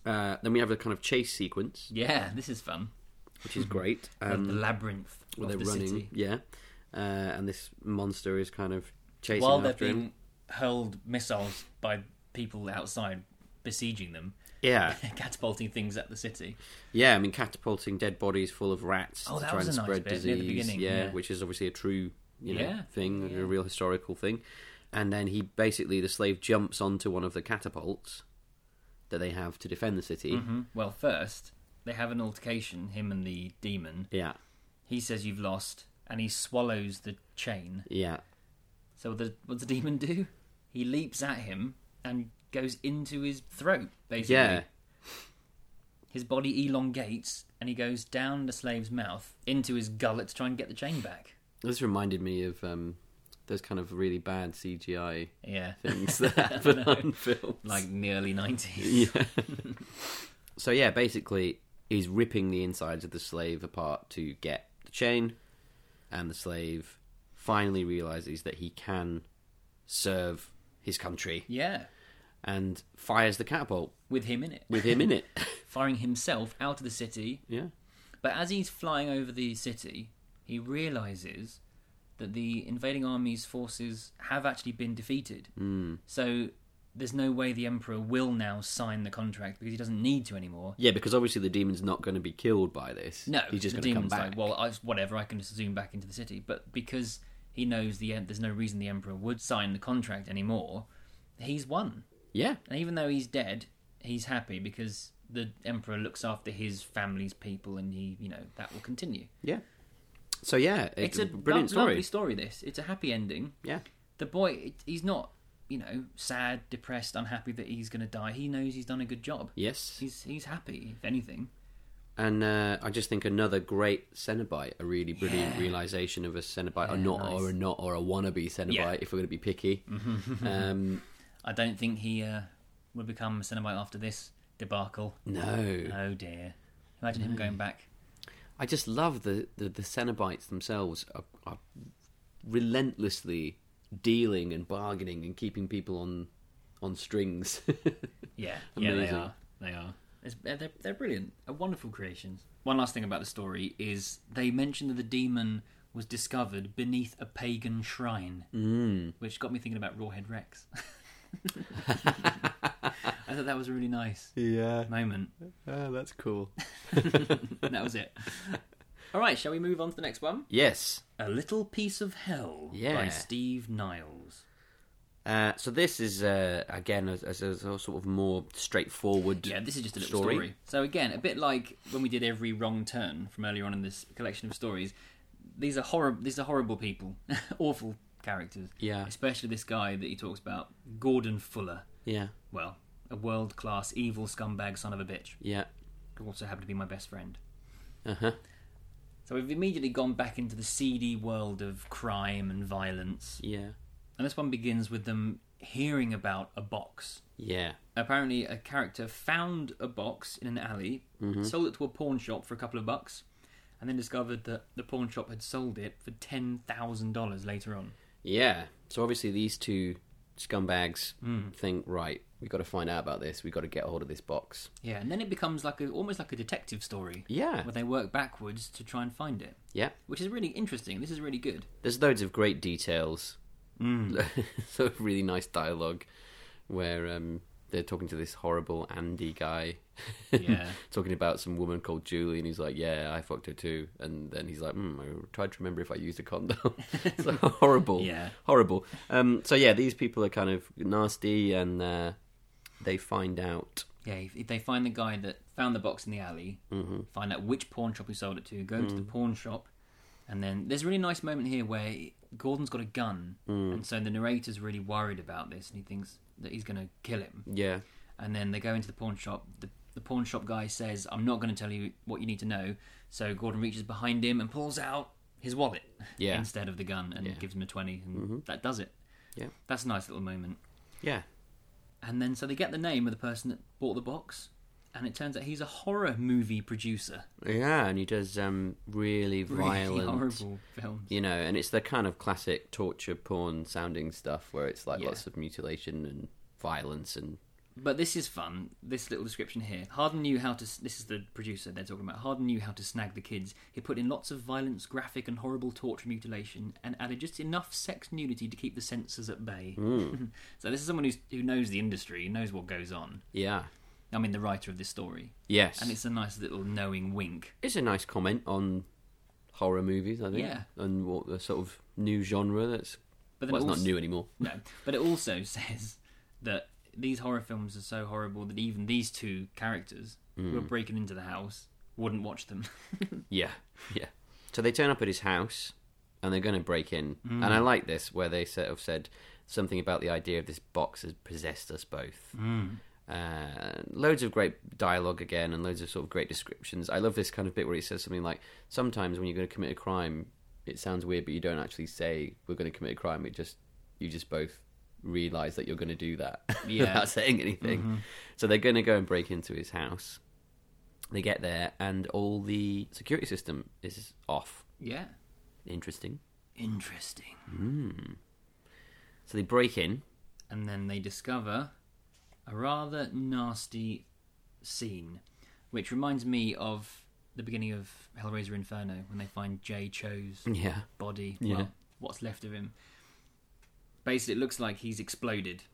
Speaker 3: Uh, then we have a kind of chase sequence,
Speaker 2: Yeah, this is fun.
Speaker 3: which is great.
Speaker 2: the
Speaker 3: Um,
Speaker 2: labyrinth
Speaker 3: where
Speaker 2: of
Speaker 3: they're
Speaker 2: Mm-hmm. the
Speaker 3: running,
Speaker 2: city.
Speaker 3: yeah, uh, and this monster is kind of chasing
Speaker 2: While they're
Speaker 3: after him.
Speaker 2: being hurled missiles by people outside besieging them,
Speaker 3: Yeah,
Speaker 2: catapulting things at the city.
Speaker 3: Yeah, I mean, catapulting dead bodies full of rats
Speaker 2: Oh,
Speaker 3: to
Speaker 2: that
Speaker 3: try
Speaker 2: was
Speaker 3: and
Speaker 2: a nice
Speaker 3: spread
Speaker 2: bit
Speaker 3: disease.
Speaker 2: near the beginning,
Speaker 3: yeah,
Speaker 2: yeah.
Speaker 3: which is obviously a true, you know,
Speaker 2: Yeah,
Speaker 3: thing, a real historical thing. And then he basically the slave jumps onto one of the catapults that they have to defend the city.
Speaker 2: Well, first they have an altercation. Him and the demon.
Speaker 3: Yeah,
Speaker 2: He says you've lost, and he swallows the chain.
Speaker 3: yeah,
Speaker 2: So what the, what does the demon do? He leaps at him and goes into his throat. Basically,
Speaker 3: yeah.
Speaker 2: his body elongates and he goes down the slave's mouth into his gullet to try and get the chain back.
Speaker 3: This reminded me of um, those kind of really bad CGI
Speaker 2: Yeah,
Speaker 3: things that happen on films.
Speaker 2: like in the early nineties.
Speaker 3: So yeah, basically, he's ripping the insides of the slave apart to get the chain, and the slave finally realizes that he can serve his country
Speaker 2: yeah,
Speaker 3: and fires the catapult
Speaker 2: with him in it.
Speaker 3: with him in it.
Speaker 2: firing himself out of the city.
Speaker 3: yeah,
Speaker 2: But as he's flying over the city, he realizes that the invading army's forces have actually been defeated.
Speaker 3: Hmm.
Speaker 2: Mm. So there's no way the emperor will now sign the contract because he doesn't need to anymore.
Speaker 3: yeah, because obviously the demon's not going to be killed by this.
Speaker 2: No,
Speaker 3: he's just
Speaker 2: the
Speaker 3: going to come
Speaker 2: demon's like,
Speaker 3: back.
Speaker 2: well, I, whatever, I can just zoom back into the city. But because he knows the em- there's no reason the emperor would sign the contract anymore, he's won.
Speaker 3: yeah,
Speaker 2: And even though he's dead, he's happy because the emperor looks after his family's people, and he, you know, that will continue.
Speaker 3: yeah. So yeah,
Speaker 2: It's,
Speaker 3: it's,
Speaker 2: a
Speaker 3: a brilliant
Speaker 2: lo-
Speaker 3: story.
Speaker 2: lovely story. This it's a happy ending.
Speaker 3: Yeah,
Speaker 2: The boy, it, he's not, you know, sad, depressed, unhappy that he's going to die. He knows he's done a good job.
Speaker 3: yes,
Speaker 2: He's he's happy. If anything,
Speaker 3: and uh, I just think another great Cenobite, a really brilliant realization of a Cenobite, or not,
Speaker 2: nice.
Speaker 3: or a not, or a wannabe Cenobite,
Speaker 2: Yeah.
Speaker 3: if we're going to be picky. um,
Speaker 2: I don't think he uh, will become a Cenobite after this debacle.
Speaker 3: no,
Speaker 2: Oh dear! Imagine him going back.
Speaker 3: I just love the the, the Cenobites themselves are, are relentlessly dealing and bargaining and keeping people on on strings.
Speaker 2: Yeah, yeah, they
Speaker 3: Amazing.
Speaker 2: are. They are. It's, they're, they're brilliant. A wonderful creations. One last thing about the story is they mentioned that the demon was discovered beneath a pagan shrine, which got me thinking about Rawhead Rex. I thought that was a really nice
Speaker 3: Yeah.
Speaker 2: moment. Ah,
Speaker 3: Oh, that's cool.
Speaker 2: And that was it. All right, shall we move on to the next one?
Speaker 3: Yes.
Speaker 2: A Little Piece of Hell by
Speaker 3: Yeah.
Speaker 2: Steve Niles.
Speaker 3: Uh, so this is uh, again as, as a sort of more straightforward.
Speaker 2: Yeah, this is just a little story. So again, a bit like when we did every wrong turn from earlier on in this collection of stories, these are horrible. These are horrible people, awful characters.
Speaker 3: Yeah.
Speaker 2: especially this guy that he talks about, Gordon Fuller.
Speaker 3: Yeah,
Speaker 2: Well, a world-class evil scumbag son of a bitch,
Speaker 3: yeah,
Speaker 2: who also happened to be my best friend.
Speaker 3: uh huh,
Speaker 2: So we've immediately gone back into the seedy world of crime and violence,
Speaker 3: yeah,
Speaker 2: and this one begins with them hearing about a box
Speaker 3: yeah,
Speaker 2: apparently a character found a box in an alley, sold it to a pawn shop for a couple of bucks, and then discovered that the pawn shop had sold it for ten thousand dollars later on.
Speaker 3: yeah. So obviously these two scumbags think right. We got to find out about this. We got to get a hold of this box.
Speaker 2: Yeah, and then it becomes like a almost like a detective story.
Speaker 3: Yeah.
Speaker 2: where they work backwards to try and find it,
Speaker 3: Yeah,
Speaker 2: which is really interesting. This is really good.
Speaker 3: there's loads of great details. Mm. so really nice dialogue where um, they're talking to this horrible Andy guy.
Speaker 2: Yeah.
Speaker 3: talking about some woman called Julie, and he's like, "Yeah, I fucked her too." And then he's like, hmm, "I tried to remember if I used a condom." so horrible,
Speaker 2: Yeah.
Speaker 3: horrible. Um, so yeah, these people are kind of nasty, and uh, they find out.
Speaker 2: Yeah, if, if they find the guy that found the box in the alley,
Speaker 3: Mm-hmm.
Speaker 2: find out which pawn shop he sold it to, go
Speaker 3: Mm.
Speaker 2: to the pawn shop, and then there's a really nice moment here where Gordon's got a gun,
Speaker 3: Mm.
Speaker 2: and so the narrator's really worried about this, and he thinks that he's going to kill him.
Speaker 3: Yeah,
Speaker 2: And then they go into the pawn shop. The, the pawn shop guy says, "I'm not going to tell you what you need to know." So Gordon reaches behind him and pulls out his wallet
Speaker 3: Yeah. Mm-hmm.
Speaker 2: instead of the gun, and gives him a twenty, and that does it.
Speaker 3: Yeah.
Speaker 2: that's a nice little moment.
Speaker 3: yeah,
Speaker 2: And then so they get the name of the person that bought the box, and it turns out he's a horror movie producer.
Speaker 3: yeah. And he does um, really violent.
Speaker 2: Really horrible films.
Speaker 3: You know, and it's the kind of classic torture porn sounding stuff where it's like
Speaker 2: Yeah.
Speaker 3: lots of mutilation and violence and
Speaker 2: But this is fun. This little description here. Harden knew how to. This is the producer they're talking about. Harden knew how to snag the kids. He put in lots of violence, graphic, and horrible torture, mutilation, and added just enough sex nudity to keep the censors at bay. so this is someone who's, who knows the industry, knows what goes on.
Speaker 3: yeah,
Speaker 2: I mean, the writer of this story,
Speaker 3: yes.
Speaker 2: and it's a nice little knowing wink.
Speaker 3: It's a nice comment on horror movies, I think.
Speaker 2: Yeah.
Speaker 3: And what the sort of new genre that's
Speaker 2: But then
Speaker 3: well,
Speaker 2: it
Speaker 3: it's
Speaker 2: also-
Speaker 3: not new anymore.
Speaker 2: No, but it also says that these horror films are so horrible that even these two characters who are breaking into the house wouldn't watch them.
Speaker 3: Yeah. Yeah. So they turn up at his house and they're going to break in. And I like this where they sort of said something about the idea of this box has possessed us both. Uh, loads of great dialogue again and loads of sort of great descriptions. I love this kind of bit where he says something like, sometimes when you're going to commit a crime, it sounds weird, but you don't actually say we're going to commit a crime. It just, you just both realize that you're going to do that
Speaker 2: Yeah.
Speaker 3: without saying anything. So they're going to go and break into his house. They get there, and all the security system is off.
Speaker 2: yeah.
Speaker 3: Interesting.
Speaker 2: Interesting.
Speaker 3: So they break in.
Speaker 2: And then they discover a rather nasty scene, which reminds me of the beginning of Hellraiser Inferno when they find Jay Cho's
Speaker 3: Yeah.
Speaker 2: body.
Speaker 3: Yeah.
Speaker 2: Well, what's left of him. Basically, it looks like he's exploded.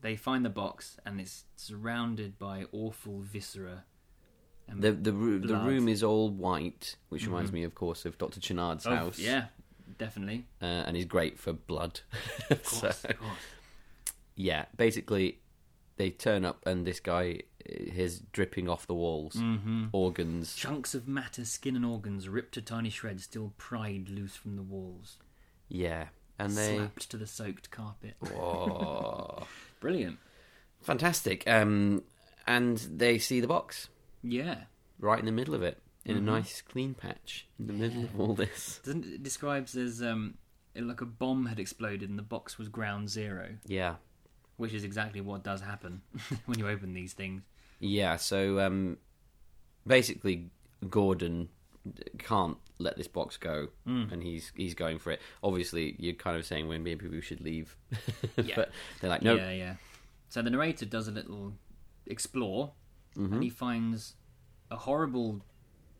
Speaker 2: They find the box, and it's surrounded by awful viscera. And
Speaker 3: The the, roo- the
Speaker 2: Blood.
Speaker 3: room is all white, which reminds me, of course, of Doctor Chenard's
Speaker 2: Mm-hmm. Oh,
Speaker 3: house.
Speaker 2: Yeah, definitely.
Speaker 3: uh, and he's great for blood.
Speaker 2: Of
Speaker 3: So,
Speaker 2: course, of course.
Speaker 3: yeah, basically, they turn up, and this guy is dripping off the walls,
Speaker 2: Mm-hmm.
Speaker 3: organs.
Speaker 2: Chunks of matter, skin, and organs ripped to tiny shreds, still pried loose from the walls,
Speaker 3: Yeah, and they.
Speaker 2: slapped to the soaked carpet.
Speaker 3: Oh,
Speaker 2: Brilliant.
Speaker 3: fantastic. Um, and they see the box.
Speaker 2: Yeah.
Speaker 3: right in the middle of it, in
Speaker 2: Mm-hmm.
Speaker 3: a nice clean patch in the middle of all this.
Speaker 2: Doesn't it describes as um, it- like a bomb had exploded and the box was ground zero,
Speaker 3: Yeah,
Speaker 2: which is exactly what does happen when you open these things.
Speaker 3: yeah. So um, basically, Gordon can't let this box go,
Speaker 2: Hmm.
Speaker 3: and he's he's going for it. Obviously, you're kind of saying, "Well, maybe we should leave,"
Speaker 2: Yeah.
Speaker 3: but they're like, "No,
Speaker 2: Yeah, yeah. So the narrator does a little explore
Speaker 3: Mm-hmm.
Speaker 2: and he finds a horrible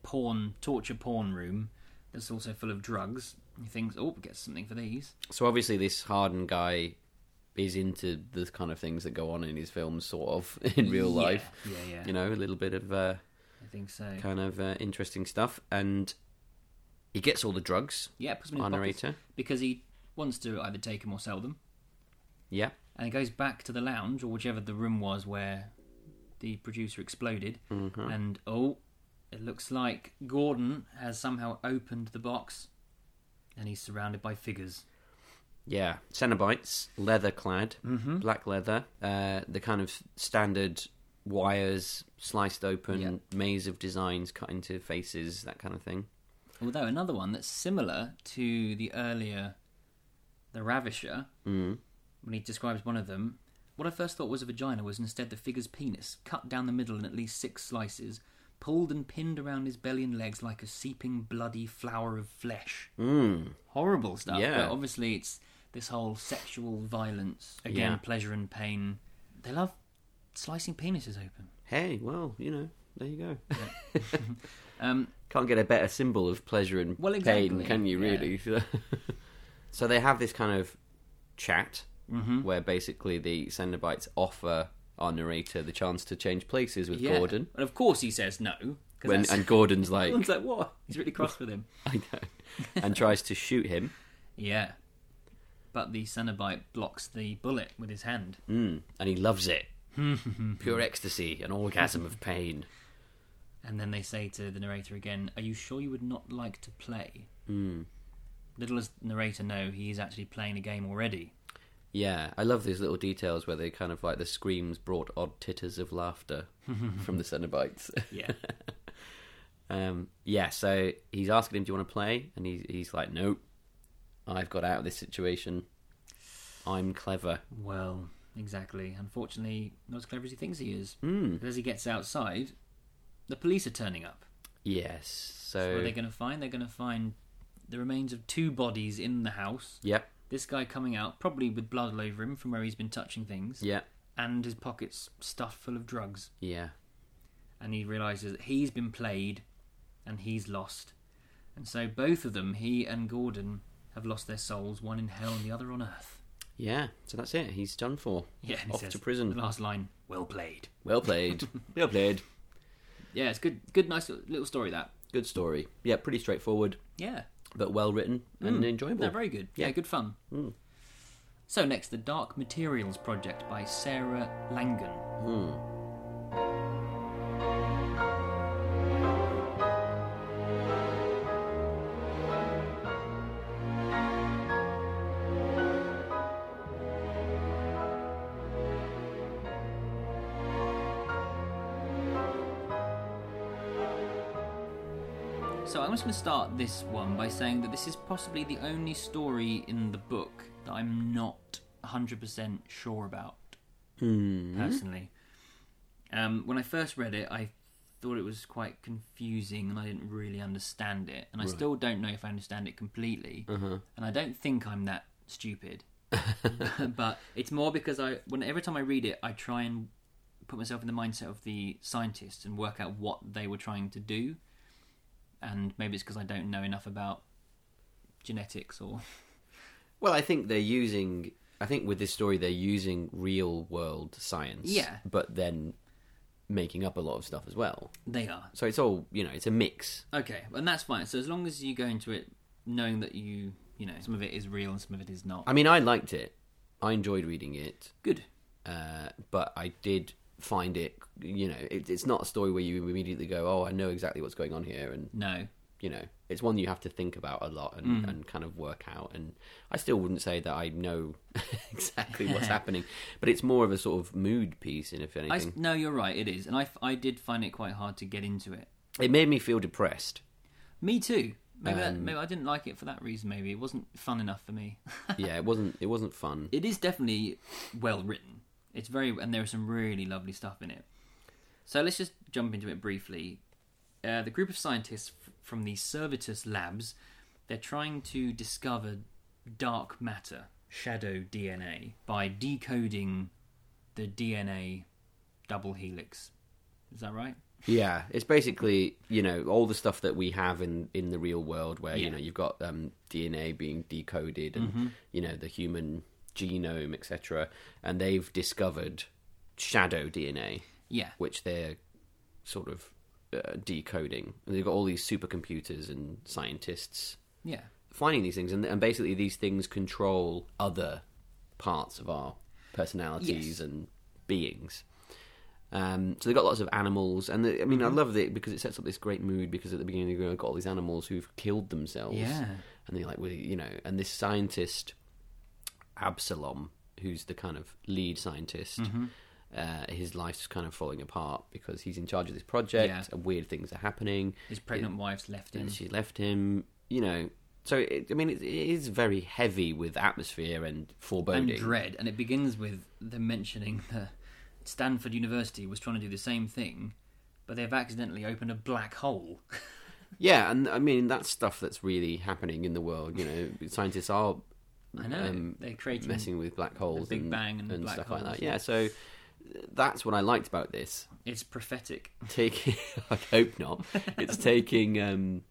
Speaker 2: porn torture porn room that's also full of drugs. He thinks, "Oh, get something for these."
Speaker 3: So obviously, this Harden guy is into the kind of things that go on in his films, sort of in real
Speaker 2: Yeah,
Speaker 3: life.
Speaker 2: yeah, yeah.
Speaker 3: You know, a little bit of uh,
Speaker 2: I think so.
Speaker 3: kind of uh, interesting stuff, and he gets all the drugs.
Speaker 2: Yeah, puts them in
Speaker 3: Our
Speaker 2: his pockets
Speaker 3: narrator.
Speaker 2: because he wants to either take them or sell them.
Speaker 3: Yeah,
Speaker 2: and he goes back to the lounge or whichever the room was where the producer exploded. And oh, it looks like Gordon has somehow opened the box, and he's surrounded by figures.
Speaker 3: yeah. Cenobites, leather clad,
Speaker 2: Mm-hmm.
Speaker 3: black leather, uh, the kind of standard wires sliced open,
Speaker 2: Yeah.
Speaker 3: maze of designs cut into faces, that kind of thing.
Speaker 2: Although another one that's similar to the earlier, the Ravisher,
Speaker 3: Mm.
Speaker 2: when he describes one of them, what I first thought was a vagina was instead the figure's penis, cut down the middle in at least six slices, pulled and pinned around his belly and legs like a seeping bloody flower of flesh.
Speaker 3: Mm.
Speaker 2: horrible stuff.
Speaker 3: Yeah.
Speaker 2: But obviously, it's this whole sexual violence again,
Speaker 3: Yeah.
Speaker 2: pleasure and pain. They love slicing penises open.
Speaker 3: Hey, well, you know, there you go.
Speaker 2: Um,
Speaker 3: Can't get a better symbol of pleasure and
Speaker 2: Well,
Speaker 3: pain,
Speaker 2: exactly,
Speaker 3: can you?
Speaker 2: yeah.
Speaker 3: Really. so they have this kind of chat
Speaker 2: Mm-hmm.
Speaker 3: where basically the Cenobites offer our narrator the chance to change places with
Speaker 2: yeah.
Speaker 3: Gordon,
Speaker 2: and of course he says no. 'cause
Speaker 3: when,
Speaker 2: that's-
Speaker 3: and Gordon's like,
Speaker 2: Gordon's like, what? He's really cross with him.
Speaker 3: I know, and tries to shoot him.
Speaker 2: Yeah, but the Cenobite blocks the bullet with his hand.
Speaker 3: Mm, and he loves it. Pure ecstasy, an orgasm of pain.
Speaker 2: And then they say to the narrator again, Are you sure you would not like to play? Little as narrator know, he is actually playing a game already.
Speaker 3: Yeah, I love these little details where they kind of like the screams brought odd titters of laughter from the Cenobites.
Speaker 2: Yeah.
Speaker 3: Um, yeah, so he's asking him, "Do you want to play?" And he's he's like, "Nope, I've got out of this situation. I'm clever."
Speaker 2: Well, exactly. Unfortunately, not as clever as he thinks he is. Mm. But as he gets outside, the police are turning up.
Speaker 3: Yes.
Speaker 2: So what
Speaker 3: So
Speaker 2: are they going to find? They're going to find the remains of two bodies in the house.
Speaker 3: yep,
Speaker 2: This guy coming out, probably with blood all over him from where he's been touching things,
Speaker 3: yep,
Speaker 2: and his pockets stuffed full of drugs.
Speaker 3: yeah,
Speaker 2: and he realizes that he's been played and he's lost. And so both of them, he and Gordon, have lost their souls, one in hell and the other on earth.
Speaker 3: yeah. So that's it. He's done for.
Speaker 2: Yeah, and he
Speaker 3: off
Speaker 2: says,
Speaker 3: to
Speaker 2: The
Speaker 3: prison.
Speaker 2: last line, well played.
Speaker 3: Well played. well played.
Speaker 2: Yeah, it's good, good, nice little story that.
Speaker 3: Good story. Yeah, pretty straightforward,
Speaker 2: Yeah,
Speaker 3: but well written and enjoyable.
Speaker 2: Hmm. no, very good. Yeah, good fun.
Speaker 3: Hmm.
Speaker 2: So next, the Dark Materials Project by Sarah Langan. So I'm just going to start this one by saying that this is possibly the only story in the book that I'm not 100% sure about personally. Um, when I first read it, I thought it was quite confusing and I didn't really understand it. And I still don't know if I understand it completely. And I don't think I'm that stupid. but it's more because I, when every time I read it, I try and put myself in the mindset of the scientists and work out what they were trying to do. And maybe it's because I don't know enough about genetics or
Speaker 3: Well, I think they're using. I think with this story, they're using real world science.
Speaker 2: Yeah.
Speaker 3: but then making up a lot of stuff as well.
Speaker 2: they are.
Speaker 3: So it's all you know. It's a mix.
Speaker 2: Okay, and that's fine. So as long as you go into it knowing that you, you know, some of it is real and some of it is not.
Speaker 3: I mean, I liked it. I enjoyed reading it,
Speaker 2: Good.
Speaker 3: uh, but I did find it. You know, it, it's not a story where you immediately go, "Oh, I know exactly what's going on here," and
Speaker 2: No.
Speaker 3: you know, it's one you have to think about a lot
Speaker 2: Mm.
Speaker 3: and, and kind of work out. And I still wouldn't say that I know exactly what's happening, but it's more of a sort of mood piece, and if
Speaker 2: I s
Speaker 3: anything,
Speaker 2: no, you're right. It is, and I, f- I did find it quite hard to get into it.
Speaker 3: it made me feel depressed.
Speaker 2: Me too. Maybe that, maybe I didn't like it for that reason. Maybe it wasn't fun enough for me.
Speaker 3: yeah, it wasn't. It wasn't fun.
Speaker 2: it is definitely well written. It's very, and there is some really lovely stuff in it. So let's just jump into it briefly. Uh, the group of scientists f- from the Servitus Labs, they're trying to discover dark matter, shadow DNA, by decoding the DNA double helix Is that right?
Speaker 3: Yeah, it's basically you know all the stuff that we have in in the real world, where
Speaker 2: Yeah. Mm-hmm.
Speaker 3: you know you've got um, DNA being decoded and you know the human genome, etc. And they've discovered shadow DNA,
Speaker 2: Yeah.
Speaker 3: which they're sort of uh, decoding. And they've got all these supercomputers and scientists
Speaker 2: Yeah.
Speaker 3: finding these things, and, and basically these things control other parts of our personalities
Speaker 2: Yes.
Speaker 3: and beings. Um, so they've got lots of animals, and the, I mean,
Speaker 2: Mm-hmm.
Speaker 3: I love it because it sets up this great mood. Because at the beginning, they've got all these animals who've killed themselves,
Speaker 2: Yeah.
Speaker 3: and they're like, well, you know, and this scientist Absalom, who's the kind of lead scientist,
Speaker 2: Mm-hmm.
Speaker 3: uh, his life's kind of falling apart because he's in charge of this project,
Speaker 2: Yeah.
Speaker 3: and weird things are happening.
Speaker 2: His pregnant wife's left him.
Speaker 3: And she left him, you know. So it, I mean, it, it is very heavy with atmosphere and
Speaker 2: and
Speaker 3: foreboding.
Speaker 2: dread, and it begins with them mentioning that Stanford University was trying to do the same thing, but they've accidentally opened a black hole.
Speaker 3: yeah, and I mean that's stuff that's really happening in the world. You know, scientists are
Speaker 2: I know
Speaker 3: um,
Speaker 2: they're creating.
Speaker 3: messing with black holes,
Speaker 2: Big
Speaker 3: and,
Speaker 2: Bang and black
Speaker 3: stuff like
Speaker 2: holes.
Speaker 3: that. Yeah, so that's what I liked about this.
Speaker 2: It's prophetic.
Speaker 3: Taking, I hope not. It's taking um,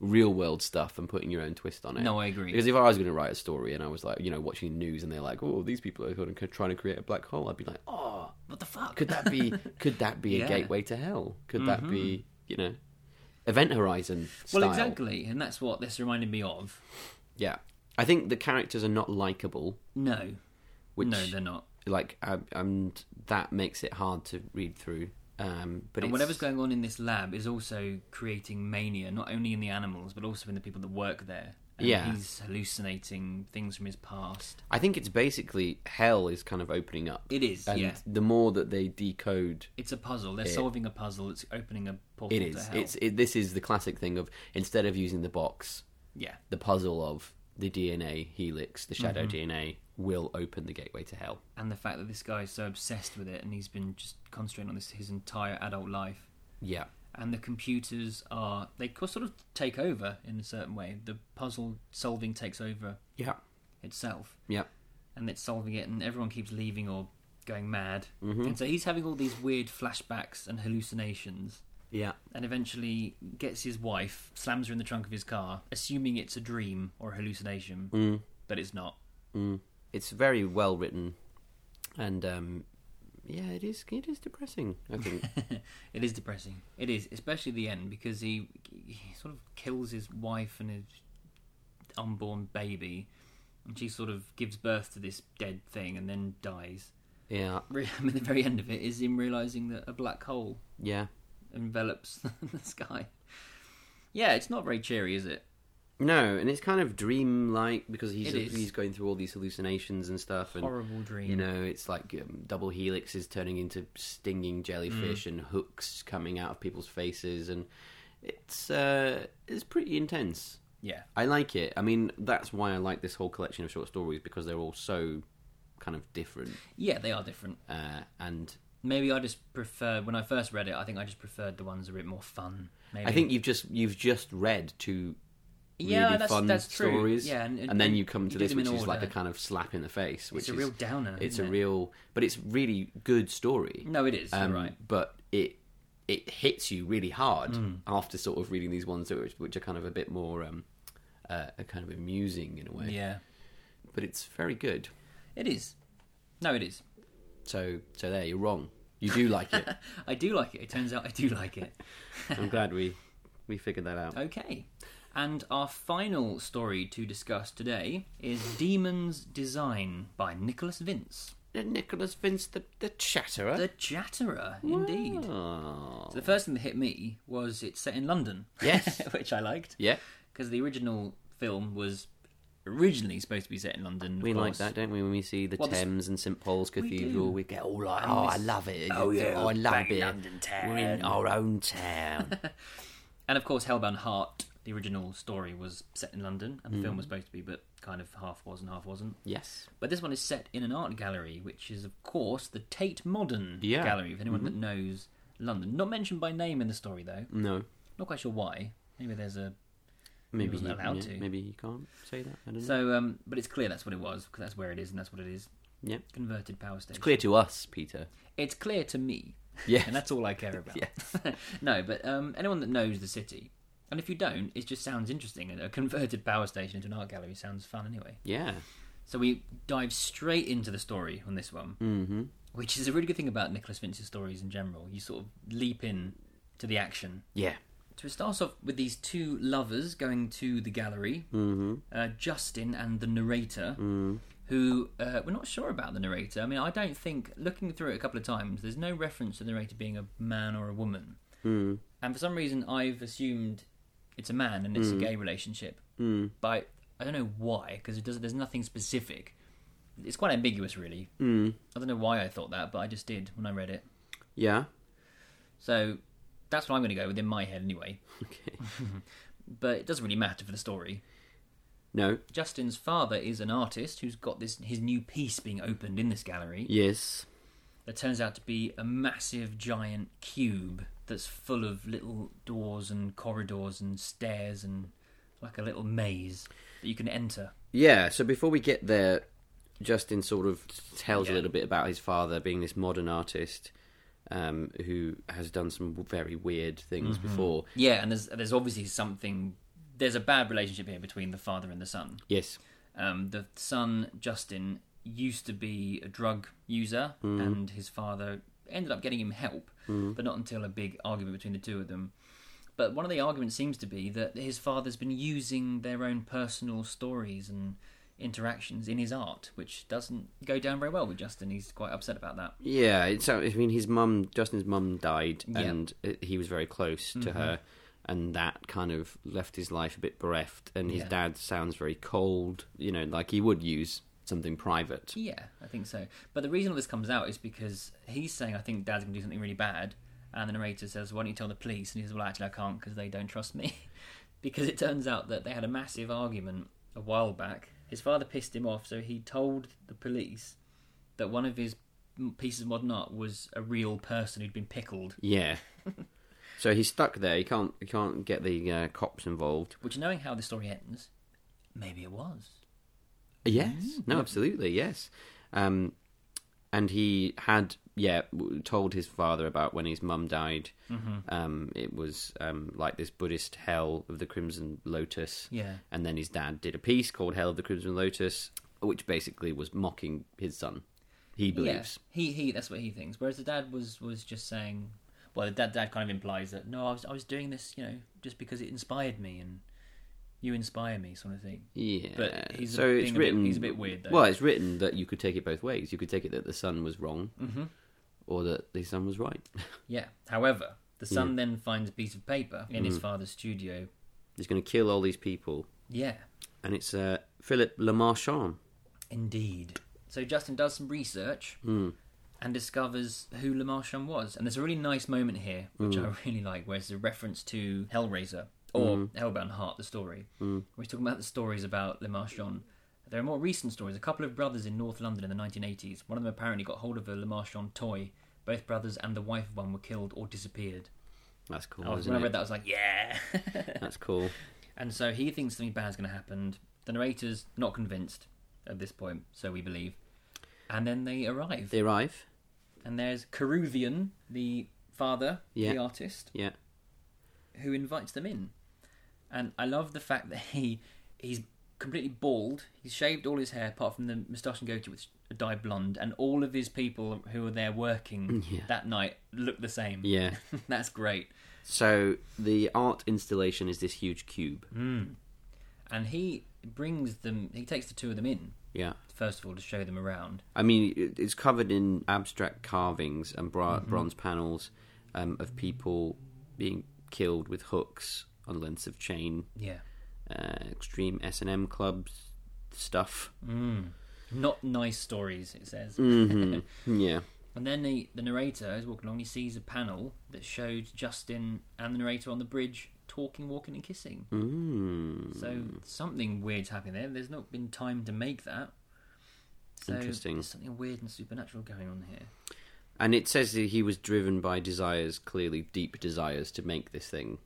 Speaker 3: real world stuff and putting your own twist on it.
Speaker 2: No, I agree.
Speaker 3: Because if I was going to write a story and I was like, you know, watching news and they're like, oh, these people are gonna- trying to create a black hole, I'd be like, oh,
Speaker 2: what the fuck?
Speaker 3: could that be could that be a
Speaker 2: Yeah. Mm-hmm.
Speaker 3: gateway to hell could that be you know event horizon style?
Speaker 2: well, exactly, and that's what this reminded me of.
Speaker 3: yeah i think the characters are not likable
Speaker 2: No,
Speaker 3: which
Speaker 2: no, they're not.
Speaker 3: like um, and that makes it hard to read through um but
Speaker 2: And
Speaker 3: it's,
Speaker 2: whatever's going on in this lab is also creating mania, not only in the animals, but also in the people that work there. And
Speaker 3: Yeah.
Speaker 2: he's hallucinating things from his past.
Speaker 3: i think it's basically hell is kind of opening up
Speaker 2: It is,
Speaker 3: and
Speaker 2: yeah.
Speaker 3: the more that they decode
Speaker 2: It's a puzzle. They're solving a puzzle. It's opening a portal
Speaker 3: it
Speaker 2: to
Speaker 3: is
Speaker 2: hell.
Speaker 3: it's it, this is the classic thing of instead of using the box
Speaker 2: yeah.
Speaker 3: the puzzle of the dna helix the shadow
Speaker 2: Mm-hmm.
Speaker 3: dna will open the gateway to hell
Speaker 2: and the fact that this guy is so obsessed with it and he's been just concentrating on this his entire adult life
Speaker 3: yeah
Speaker 2: and the computers are they co- sort of take over in a certain way the puzzle solving takes over
Speaker 3: yeah
Speaker 2: itself
Speaker 3: yeah
Speaker 2: and it's solving it and everyone keeps leaving or going mad
Speaker 3: Mm-hmm.
Speaker 2: and so he's having all these weird flashbacks and hallucinations
Speaker 3: yeah
Speaker 2: and eventually gets his wife slams her in the trunk of his car assuming it's a dream or a hallucination
Speaker 3: Mm.
Speaker 2: but it's not
Speaker 3: it's very well written, and um, yeah, it is. It is depressing. I think.
Speaker 2: It is depressing. It is, especially the end because he he sort of kills his wife and his unborn baby, and she sort of gives birth to this dead thing and then dies.
Speaker 3: yeah,
Speaker 2: Re- I mean, the very end of it is him realizing that a black hole
Speaker 3: yeah.
Speaker 2: envelops the sky. Yeah, it's not very cheery, is it?
Speaker 3: No, and it's kind of dream-like because he's
Speaker 2: It is.
Speaker 3: he's going through all these hallucinations and stuff, and
Speaker 2: Horrible dream.
Speaker 3: you know, it's like um, double helixes turning into stinging
Speaker 2: Mm.
Speaker 3: jellyfish and hooks coming out of people's faces, and it's uh, it's pretty intense.
Speaker 2: Yeah,
Speaker 3: I like it. I mean, that's why I like this whole collection of short stories because they're all so kind of different
Speaker 2: yeah, they are different.
Speaker 3: uh, and
Speaker 2: Maybe I just prefer when I first read it. I think I just preferred the ones that were a bit more fun. Maybe.
Speaker 3: I think you've just you've just read two really
Speaker 2: Yeah, that's-
Speaker 3: fun
Speaker 2: that's true.
Speaker 3: stories,
Speaker 2: Yeah, and-
Speaker 3: then
Speaker 2: and
Speaker 3: you come to
Speaker 2: you do
Speaker 3: this,
Speaker 2: them in
Speaker 3: which is like a
Speaker 2: order.
Speaker 3: kind of slap in the face. Which
Speaker 2: a
Speaker 3: is,
Speaker 2: real downer,
Speaker 3: It's
Speaker 2: isn't
Speaker 3: a
Speaker 2: it?
Speaker 3: real, but it's really good story.
Speaker 2: no, it is. you're
Speaker 3: Um,
Speaker 2: right.
Speaker 3: But it it hits you really hard
Speaker 2: Hmm.
Speaker 3: after sort of reading these ones that which, which are kind of a bit more um, uh, kind of amusing in a way.
Speaker 2: Yeah,
Speaker 3: But it's very good.
Speaker 2: it is. No, it is.
Speaker 3: So so there, you're wrong. You do like it.
Speaker 2: I do like it. It turns out I do like it.
Speaker 3: I'm glad we we figured that out.
Speaker 2: Okay. And our final story to discuss today is Demon's Design by Nicholas Vince.
Speaker 3: Nicholas Vince, the the chatterer.
Speaker 2: The Chatterer, indeed.
Speaker 3: Oh.
Speaker 2: So the first thing that hit me was it's set in London.
Speaker 3: Yes.
Speaker 2: which I liked.
Speaker 3: Yeah,
Speaker 2: Because the original film was originally supposed to be set in London. of
Speaker 3: we like
Speaker 2: course.
Speaker 3: that, don't we? When we see the
Speaker 2: Well, this-
Speaker 3: Thames and St Paul's Cathedral,
Speaker 2: do.
Speaker 3: we, get all like,
Speaker 2: And
Speaker 3: "Oh, I
Speaker 2: this-
Speaker 3: love it!
Speaker 2: Oh, yeah,
Speaker 3: I love
Speaker 2: bang
Speaker 3: it!
Speaker 2: London town."
Speaker 3: We're in our own town."
Speaker 2: And of course, Hellbound Heart, the original story, was set in London,
Speaker 3: Hmm.
Speaker 2: and the film was supposed to be, but kind of half was and half wasn't.
Speaker 3: yes,
Speaker 2: But this one is set in an art gallery, which is, of course, the Tate Modern
Speaker 3: Yeah. Mm-hmm.
Speaker 2: Gallery, for anyone that knows London. Not mentioned by name in the story, though.
Speaker 3: no,
Speaker 2: Not quite sure why. Maybe there's a.
Speaker 3: maybe
Speaker 2: wasn't
Speaker 3: you,
Speaker 2: allowed
Speaker 3: yeah,
Speaker 2: to.
Speaker 3: Maybe you can't say that. I don't know.
Speaker 2: So, um, but it's clear that's what it was, because that's where it is and that's what it is.
Speaker 3: Yeah,
Speaker 2: Converted power station.
Speaker 3: clear to us, Peter.
Speaker 2: It's clear to me.
Speaker 3: Yeah.
Speaker 2: and that's all I care about. no, but um, anyone that knows the city, and if you don't, it just sounds interesting. A converted power station into an art gallery sounds fun anyway.
Speaker 3: yeah.
Speaker 2: So we dive straight into the story on this one,
Speaker 3: Mm-hmm.
Speaker 2: which is a really good thing about Nicholas Vince's stories in general. You sort of leap in to the action.
Speaker 3: Yeah.
Speaker 2: So it starts off with these two lovers going to the gallery,
Speaker 3: Mm-hmm. Mm.
Speaker 2: uh, Justin and the narrator, who uh, we're not sure about the narrator. I mean, I don't think, looking through it a couple of times, there's no reference to the narrator being a man or a woman.
Speaker 3: Mm.
Speaker 2: And for some reason, I've assumed it's a man and it's a gay relationship. Mm. But I don't know why, because there's nothing specific. It's quite ambiguous, really.
Speaker 3: Mm.
Speaker 2: I don't know why I thought that, but I just did when I read it.
Speaker 3: Yeah.
Speaker 2: So that's what I'm going to go with in my head anyway.
Speaker 3: Okay.
Speaker 2: But it doesn't really matter for the story.
Speaker 3: No.
Speaker 2: Justin's father is an artist who's got this his new piece being opened in this gallery
Speaker 3: Yes.
Speaker 2: that turns out to be a massive giant cube that's full of little doors and corridors and stairs and like a little maze that you can enter.
Speaker 3: Yeah. So before we get there, Justin sort of tells
Speaker 2: Yeah.
Speaker 3: a little bit about his father being this modern artist um, who has done some very weird things before.
Speaker 2: Yeah, and there's there's obviously something there's a bad relationship here between the father and the son.
Speaker 3: Yes.
Speaker 2: Um, the son Justin used to be a drug user, and his father ended up getting him help, but not until a big argument between the two of them. But one of the arguments seems to be that his father's been using their own personal stories and interactions in his art, which doesn't go down very well with Justin. He's quite upset about that.
Speaker 3: Yeah, it's. I mean, his mum, Justin's mum, died,
Speaker 2: Yeah. Mm-hmm.
Speaker 3: and it- he was very close to her, and that kind of left his life a bit bereft. And his
Speaker 2: Yeah.
Speaker 3: dad sounds very cold. You know, like he would use something private.
Speaker 2: Yeah, I think so. But the reason all this comes out is because he's saying, I think dad's going to do something really bad. And the narrator says, Why don't you tell the police? And he says, Well, actually, I can't because they don't trust me. because it turns out that they had a massive argument a while back. His father pissed him off, so he told the police that one of his m- pieces of modern art was a real person who'd been pickled.
Speaker 3: Yeah. so he's stuck there. He can't. He can't get the uh, cops involved.
Speaker 2: Which, knowing how the story ends, maybe it was.
Speaker 3: Yes.
Speaker 2: Mm-hmm.
Speaker 3: No. Absolutely. Yes. Um, and he had yeah w- told his father about when his mum died.
Speaker 2: Mm-hmm.
Speaker 3: Um, it was um, like this Buddhist hell of the Crimson Lotus.
Speaker 2: Yeah.
Speaker 3: And then his dad did a piece called Hell of the Crimson Lotus, which basically was mocking his son. He believes.
Speaker 2: Yeah, he he. That's what he thinks. Whereas the dad was was just saying, well, the dad dad kind of implies that no, I was I was doing this, you know, just because it inspired me and you inspire me, sort of thing.
Speaker 3: Yeah.
Speaker 2: But he's a-
Speaker 3: so it's
Speaker 2: being a bit-
Speaker 3: written.
Speaker 2: he's a bit weird, though.
Speaker 3: Well, it's written that you could take it both ways. You could take it that the son was wrong,
Speaker 2: Mm-hmm.
Speaker 3: or that the son was right.
Speaker 2: Yeah. However, the son then finds a piece of paper in his father's studio.
Speaker 3: he's going to kill all these people,
Speaker 2: Yeah,
Speaker 3: and it's uh, Philip Le Marchand.
Speaker 2: indeed. Hmm. So Justin does some research. And discovers who Le Marchand was, and there's a really nice moment here, which I really like, where it's a reference to Hellraiser or Hellbound Heart, the story. We're talking about the stories about Le Marchand. There are more recent stories. A couple of brothers in North London in the 1980s. One of them apparently got hold of a Le Marchand toy. Both brothers and the wife of one were killed or disappeared.
Speaker 3: That's cool.
Speaker 2: Oh, I was,
Speaker 3: isn't
Speaker 2: when I
Speaker 3: it?
Speaker 2: read that, I was like, yeah.
Speaker 3: That's cool.
Speaker 2: and so he thinks something bad's going to happen. The narrator's not convinced at this point, so we believe. And then they arrive.
Speaker 3: They arrive.
Speaker 2: And there's Caruvian, the father,
Speaker 3: Yeah.
Speaker 2: the artist,
Speaker 3: Yeah.
Speaker 2: who invites them in. And I love the fact that he he's completely bald. He's shaved all his hair apart from the moustache and goatee, which are dyed blonde. And all of his people who are there working
Speaker 3: Yeah.
Speaker 2: that night look the same.
Speaker 3: Yeah.
Speaker 2: That's great.
Speaker 3: So the art installation is this huge cube.
Speaker 2: And he brings them. He takes the two of them in
Speaker 3: Yeah.
Speaker 2: first of all to show them around.
Speaker 3: I mean, it- it's covered in abstract carvings and bra- bronze panels um, of people being killed with hooks on lengths of chain,
Speaker 2: Yeah.
Speaker 3: uh, extreme S and M clubs stuff.
Speaker 2: Not nice stories, it says.
Speaker 3: Mm-hmm. Yeah,
Speaker 2: And then the, the narrator is walking along. He sees a panel that showed Justin and the narrator on the bridge talking, walking, and kissing.
Speaker 3: mm.
Speaker 2: So something weird's happening there. There's not been time to make that. So
Speaker 3: Interesting.
Speaker 2: There's something weird and supernatural going on here.
Speaker 3: and it says that he was driven by desires, clearly deep desires, to make this thing.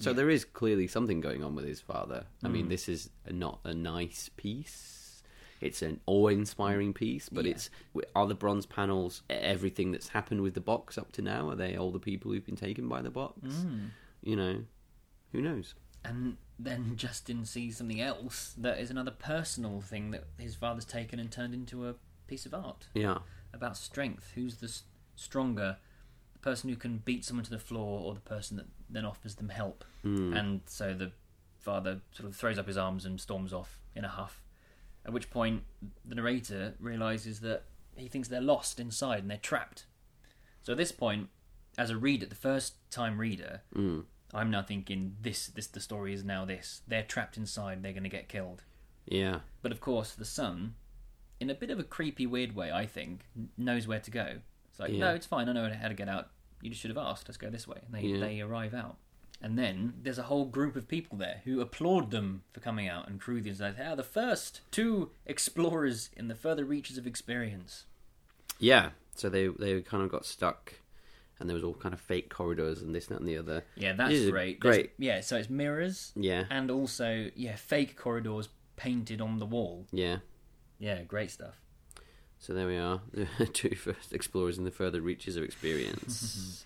Speaker 3: So there is clearly something going on with his father. I mean, this is not a nice piece. It's an awe-inspiring piece, but
Speaker 2: Yeah.
Speaker 3: it's are the bronze panels e-, everything that's happened with the box up to now? Are they all the people who've been taken by the box? You know, who knows?
Speaker 2: And then Justin sees something else that is another personal thing that his father's taken and turned into a piece of art
Speaker 3: Yeah,
Speaker 2: about strength. Who's the s- stronger? The person who can beat someone to the floor or the person that then offers them help? And so the father sort of throws up his arms and storms off in a huff. At which point, the narrator realizes that he thinks they're lost inside and they're trapped. So at this point, as a reader, the first time reader, I'm now thinking this, this, the story is now this. They're trapped inside, they're going to get killed.
Speaker 3: yeah,
Speaker 2: But of course, the son, in a bit of a creepy, weird way, I think, n- knows where to go. It's like,
Speaker 3: Yeah.
Speaker 2: no, it's fine. I know how to get out. You just should have asked. Let's go this way. And they,
Speaker 3: Yeah.
Speaker 2: they arrive out. And then there's a whole group of people there who applaud them for coming out. And Cruthians are like, ah, the first two explorers in the further reaches of experience.
Speaker 3: yeah. So they they kind of got stuck, and there was all kind of fake corridors and this, that, and the other.
Speaker 2: Yeah, that's
Speaker 3: These are
Speaker 2: great. There's-
Speaker 3: Great.
Speaker 2: yeah, so it's mirrors.
Speaker 3: Yeah.
Speaker 2: And also, yeah, fake corridors painted on the wall.
Speaker 3: Yeah.
Speaker 2: Yeah, great stuff.
Speaker 3: So there we are, the two first explorers in the further reaches of experience.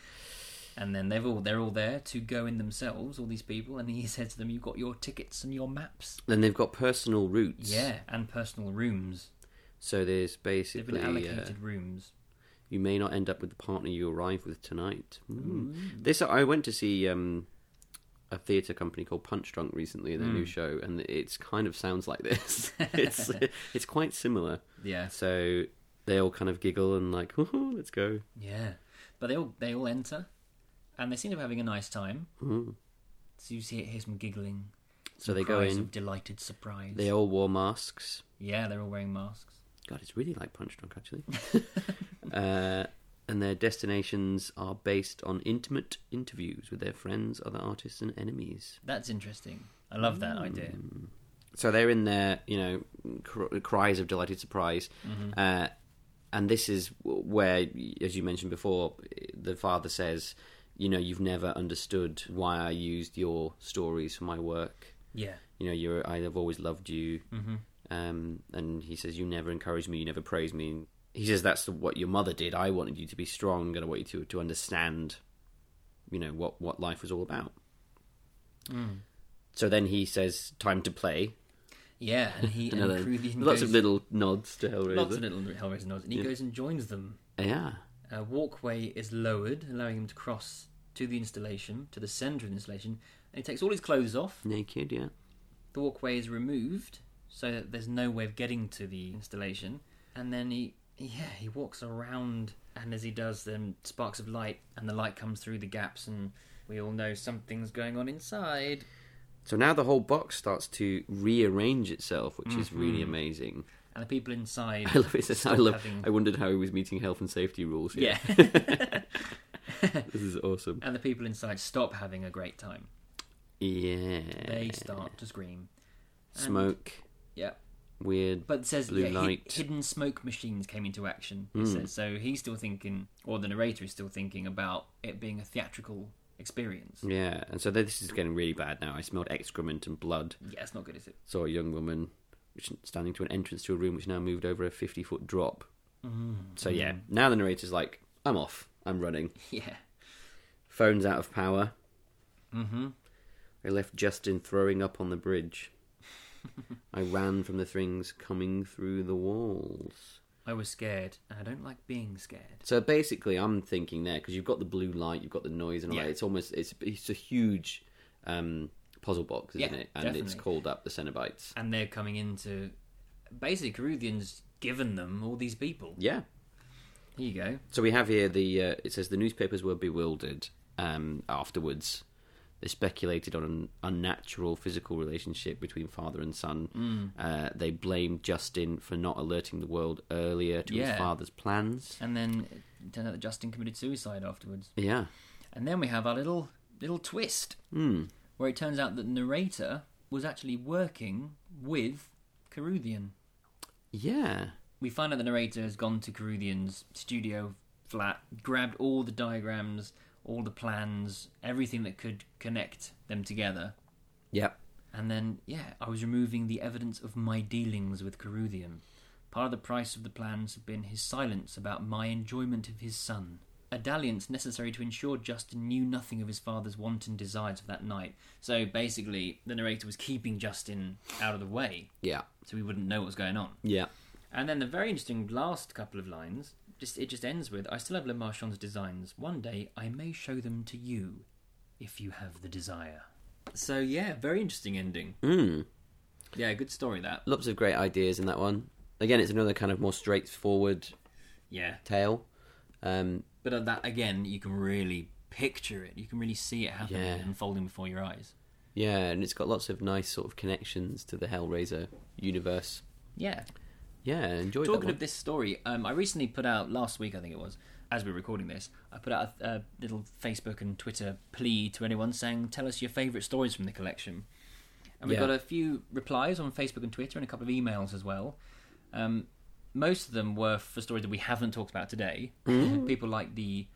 Speaker 2: And then they've all they're all there to go in themselves, all these people, and he said to them, You've got your tickets and your maps.
Speaker 3: then they've got personal routes.
Speaker 2: Yeah. And personal rooms.
Speaker 3: So there's
Speaker 2: They've
Speaker 3: basically
Speaker 2: been
Speaker 3: uh,
Speaker 2: allocated rooms.
Speaker 3: you may not end up with the partner you arrive with tonight. Mm. This I went to see um, a theatre company called Punch Drunk recently, their
Speaker 2: Hmm.
Speaker 3: new show, and it's kind of sounds like this. it's uh, it's quite similar.
Speaker 2: Yeah.
Speaker 3: So they all kind of giggle and like, "Woohoo, let's go.
Speaker 2: Yeah. But they all they all enter and they seem to be having a nice time. Mm. So you see hear some giggling.
Speaker 3: Hmm. So
Speaker 2: some
Speaker 3: they go
Speaker 2: cries
Speaker 3: in.
Speaker 2: of delighted surprise.
Speaker 3: They all wore masks.
Speaker 2: Yeah, they're all wearing masks.
Speaker 3: God, it's really like Punch Drunk, actually. uh, and their destinations are based on intimate interviews with their friends, other artists, and enemies.
Speaker 2: That's interesting. I love that idea.
Speaker 3: Mm. So they're in their, you know, cr- cries of delighted surprise. Uh, and this is w- where, as you mentioned before, the father says, you know, you've never understood why I used your stories for my work.
Speaker 2: Yeah.
Speaker 3: you know, you're I have always loved you. Mm-hmm. Um, and he says, you never encouraged me, you never praised me. He says that's what your mother did. I wanted you to be strong, and I want you to to understand, you know, what what life was all about.
Speaker 2: Mm.
Speaker 3: So then he says, time to play.
Speaker 2: Yeah, and he and
Speaker 3: Another-
Speaker 2: Cruthian
Speaker 3: lots
Speaker 2: goes,
Speaker 3: of little nods to Hellraiser.
Speaker 2: lots of little Hellraiser nods, and he goes and joins them.
Speaker 3: yeah,
Speaker 2: A walkway is lowered, allowing him to cross to the installation, to the centre of the installation, and he takes all his clothes off.
Speaker 3: naked. Yeah,
Speaker 2: The walkway is removed, so that there's no way of getting to the installation. And then he, yeah, he walks around, and as he does, then sparks of light, and the light comes through the gaps, and we all know something's going on inside.
Speaker 3: So now the whole box starts to rearrange itself, which is really amazing.
Speaker 2: And the people inside.
Speaker 3: I love it. Says, I
Speaker 2: Mm-hmm. stop
Speaker 3: love.
Speaker 2: having-
Speaker 3: I wondered how he was meeting health and safety rules. Here.
Speaker 2: yeah.
Speaker 3: this is awesome.
Speaker 2: and the people inside stop having a great time.
Speaker 3: Yeah.
Speaker 2: They start to scream. And-
Speaker 3: smoke,
Speaker 2: Yeah.
Speaker 3: weird.
Speaker 2: But it says
Speaker 3: Blue
Speaker 2: yeah, hid-
Speaker 3: light. Hmm.
Speaker 2: hidden smoke machines came into action. It says so. He's still thinking, or the narrator is still thinking about it being a theatrical experience.
Speaker 3: yeah, and so this is getting really bad now. I smelled excrement and blood.
Speaker 2: Yeah, it's not good, is it?
Speaker 3: Saw a young woman which- standing to an entrance to a room which now moved over a 50 foot drop. So, yeah, now the narrator's like, I'm off. I'm running.
Speaker 2: Yeah,
Speaker 3: Phone's out of power. Mm-hmm. I left Justin throwing up on the bridge. I ran from the things coming through the walls.
Speaker 2: I was scared, and I don't like being scared.
Speaker 3: So basically, I'm thinking there because you've got the blue light, you've got the noise, and all
Speaker 2: Yeah.
Speaker 3: that. It's almost it's it's a huge um, puzzle box, isn't
Speaker 2: Yeah,
Speaker 3: it? And it's
Speaker 2: definitely.
Speaker 3: called up the Cenobites.
Speaker 2: And they're coming into basically Caruthians given them all these people.
Speaker 3: Yeah.
Speaker 2: Here you go.
Speaker 3: So we have here the uh, it says the newspapers were bewildered. Um, afterwards, they speculated on an unnatural physical relationship between father and son.
Speaker 2: Mm.
Speaker 3: Uh, they blamed Justin for not alerting the world earlier to
Speaker 2: Yeah.
Speaker 3: his father's plans.
Speaker 2: And then it turned out that Justin committed suicide afterwards.
Speaker 3: Yeah.
Speaker 2: And then we have our little little twist
Speaker 3: Hmm.
Speaker 2: where it turns out that the narrator was actually working with Caruthian.
Speaker 3: Yeah.
Speaker 2: we find out the narrator has gone to Caruthian's studio flat, grabbed all the diagrams, all the plans, everything that could connect them together,
Speaker 3: Yeah.
Speaker 2: And then, yeah, I was removing the evidence of my dealings with Caruthian. Part of the price of the plans had been his silence about my enjoyment of his son. A dalliance necessary to ensure Justin knew nothing of his father's wanton desires of that night. So basically, the narrator was keeping Justin out of the way
Speaker 3: Yeah.
Speaker 2: so we wouldn't know what was going on.
Speaker 3: Yeah.
Speaker 2: And then the very interesting last couple of lines, just it just ends with I still have Le Marchand's designs. One day I may show them to you if you have the desire. So yeah, very interesting ending.
Speaker 3: Mm.
Speaker 2: Yeah, good story that.
Speaker 3: Lots of great ideas in that one. Again, it's another kind of more straightforward
Speaker 2: Yeah.
Speaker 3: tale. Um,
Speaker 2: But uh, that again, you can really picture it. You can really see it happening
Speaker 3: Yeah.
Speaker 2: and unfolding before your eyes.
Speaker 3: yeah, and it's got lots of nice sort of connections to the Hellraiser universe.
Speaker 2: Yeah.
Speaker 3: Yeah, I enjoyed that
Speaker 2: Talking
Speaker 3: one.
Speaker 2: of this story, um, I recently put out last week, I think it was, as we are recording this, I put out a, a little Facebook and Twitter plea to anyone saying, "Tell us your favourite stories from the collection." And we
Speaker 3: Yeah.
Speaker 2: got a few replies on Facebook and Twitter, and a couple of emails as well. Um, most of them were for stories that we haven't talked about today.
Speaker 3: Mm.
Speaker 2: people like the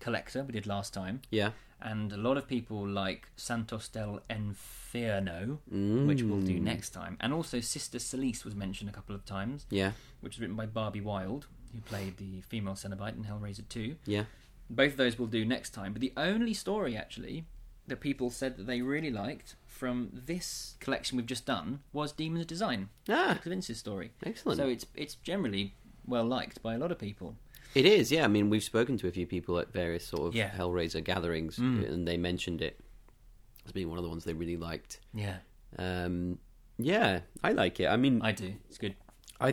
Speaker 2: collector we did last time,
Speaker 3: Yeah.
Speaker 2: and a lot of people like Santos del Infierno, which we'll
Speaker 3: Mm.
Speaker 2: do next time. And also, Sister Celise was mentioned a couple of times
Speaker 3: Yeah.
Speaker 2: which is written by Barbie Wilde, who played the female Cenobite in Hellraiser 2.
Speaker 3: Yeah.
Speaker 2: Both of those we'll do next time, but the only story actually that people said that they really liked from this collection we've just done was Demon's Design,
Speaker 3: Ah,
Speaker 2: Vince's story.
Speaker 3: excellent.
Speaker 2: So it's it's generally well liked by a lot of people.
Speaker 3: It is, yeah. I mean, we've spoken to a few people at various sort of
Speaker 2: Yeah. Mm.
Speaker 3: Hellraiser gatherings, and they mentioned it as being one of the ones they really liked.
Speaker 2: Yeah,
Speaker 3: Um, yeah, I like it. I mean, I,
Speaker 2: I do. It's good.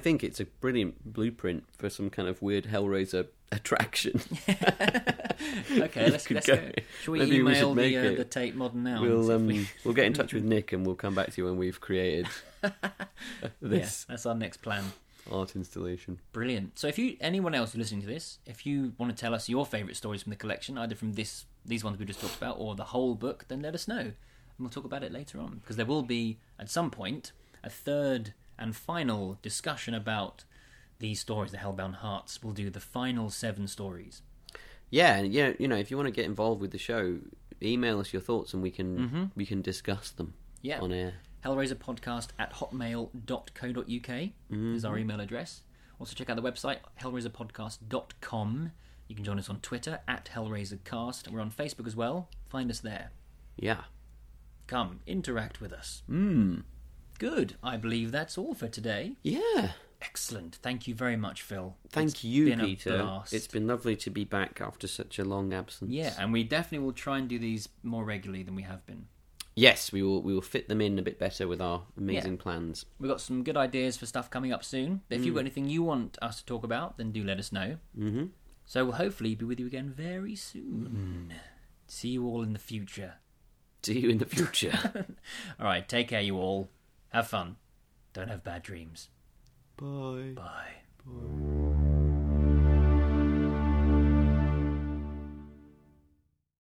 Speaker 3: think it's a brilliant blueprint for some kind of weird Hellraiser attraction.
Speaker 2: Okay, let's,
Speaker 3: could
Speaker 2: let's
Speaker 3: go.
Speaker 2: go. Shall we
Speaker 3: Maybe we should
Speaker 2: email
Speaker 3: make
Speaker 2: the, uh,
Speaker 3: it.
Speaker 2: the Tate Modern Now? and
Speaker 3: we'll
Speaker 2: see if we-
Speaker 3: um, we'll get in touch with Nick, and we'll come back to you when we've created
Speaker 2: Yeah,
Speaker 3: this
Speaker 2: that's our next plan.
Speaker 3: art installation.
Speaker 2: Brilliant. So if you anyone else who's listening to this, if you want to tell us your favourite stories from the collection, either from this these ones we just talked about or the whole book, then let us know. And we'll talk about it later on. Because there will be at some point a third and final discussion about these stories, the Hellbound Hearts. We'll do the final seven stories.
Speaker 3: Yeah, and yeah, you know, if you want to get involved with the show, email us your thoughts, and we can we can discuss them
Speaker 2: Mm-hmm. Yeah.
Speaker 3: on air.
Speaker 2: Hellraiser podcast at hotmail.co.uk is
Speaker 3: Mm-hmm.
Speaker 2: our email address. Also, check out the website, hellraiserpodcast.com. You can join us on Twitter at HellraiserCast. We're on Facebook as well. Find us there.
Speaker 3: Yeah,
Speaker 2: Come, interact with us.
Speaker 3: Hmm.
Speaker 2: Good. I believe that's all for today.
Speaker 3: yeah.
Speaker 2: Excellent. Thank you very much, Phil.
Speaker 3: Thank you,
Speaker 2: been a
Speaker 3: Peter.
Speaker 2: blast.
Speaker 3: It's been lovely to be back after such a long absence.
Speaker 2: Yeah, and we definitely will try and do these more regularly than we have been.
Speaker 3: Yes, we will. We will fit them in a bit better with our amazing
Speaker 2: Yeah.
Speaker 3: plans.
Speaker 2: We've got some good ideas for stuff coming up soon. But if
Speaker 3: Hmm.
Speaker 2: you've got anything you want us to talk about, then do let us know. Mm-hmm. So we'll hopefully be with you again very soon. See you all in the future.
Speaker 3: See you in the future.
Speaker 2: All right, take care, you all. Have fun. Don't have bad dreams.
Speaker 3: Bye.
Speaker 2: Bye.
Speaker 3: Bye.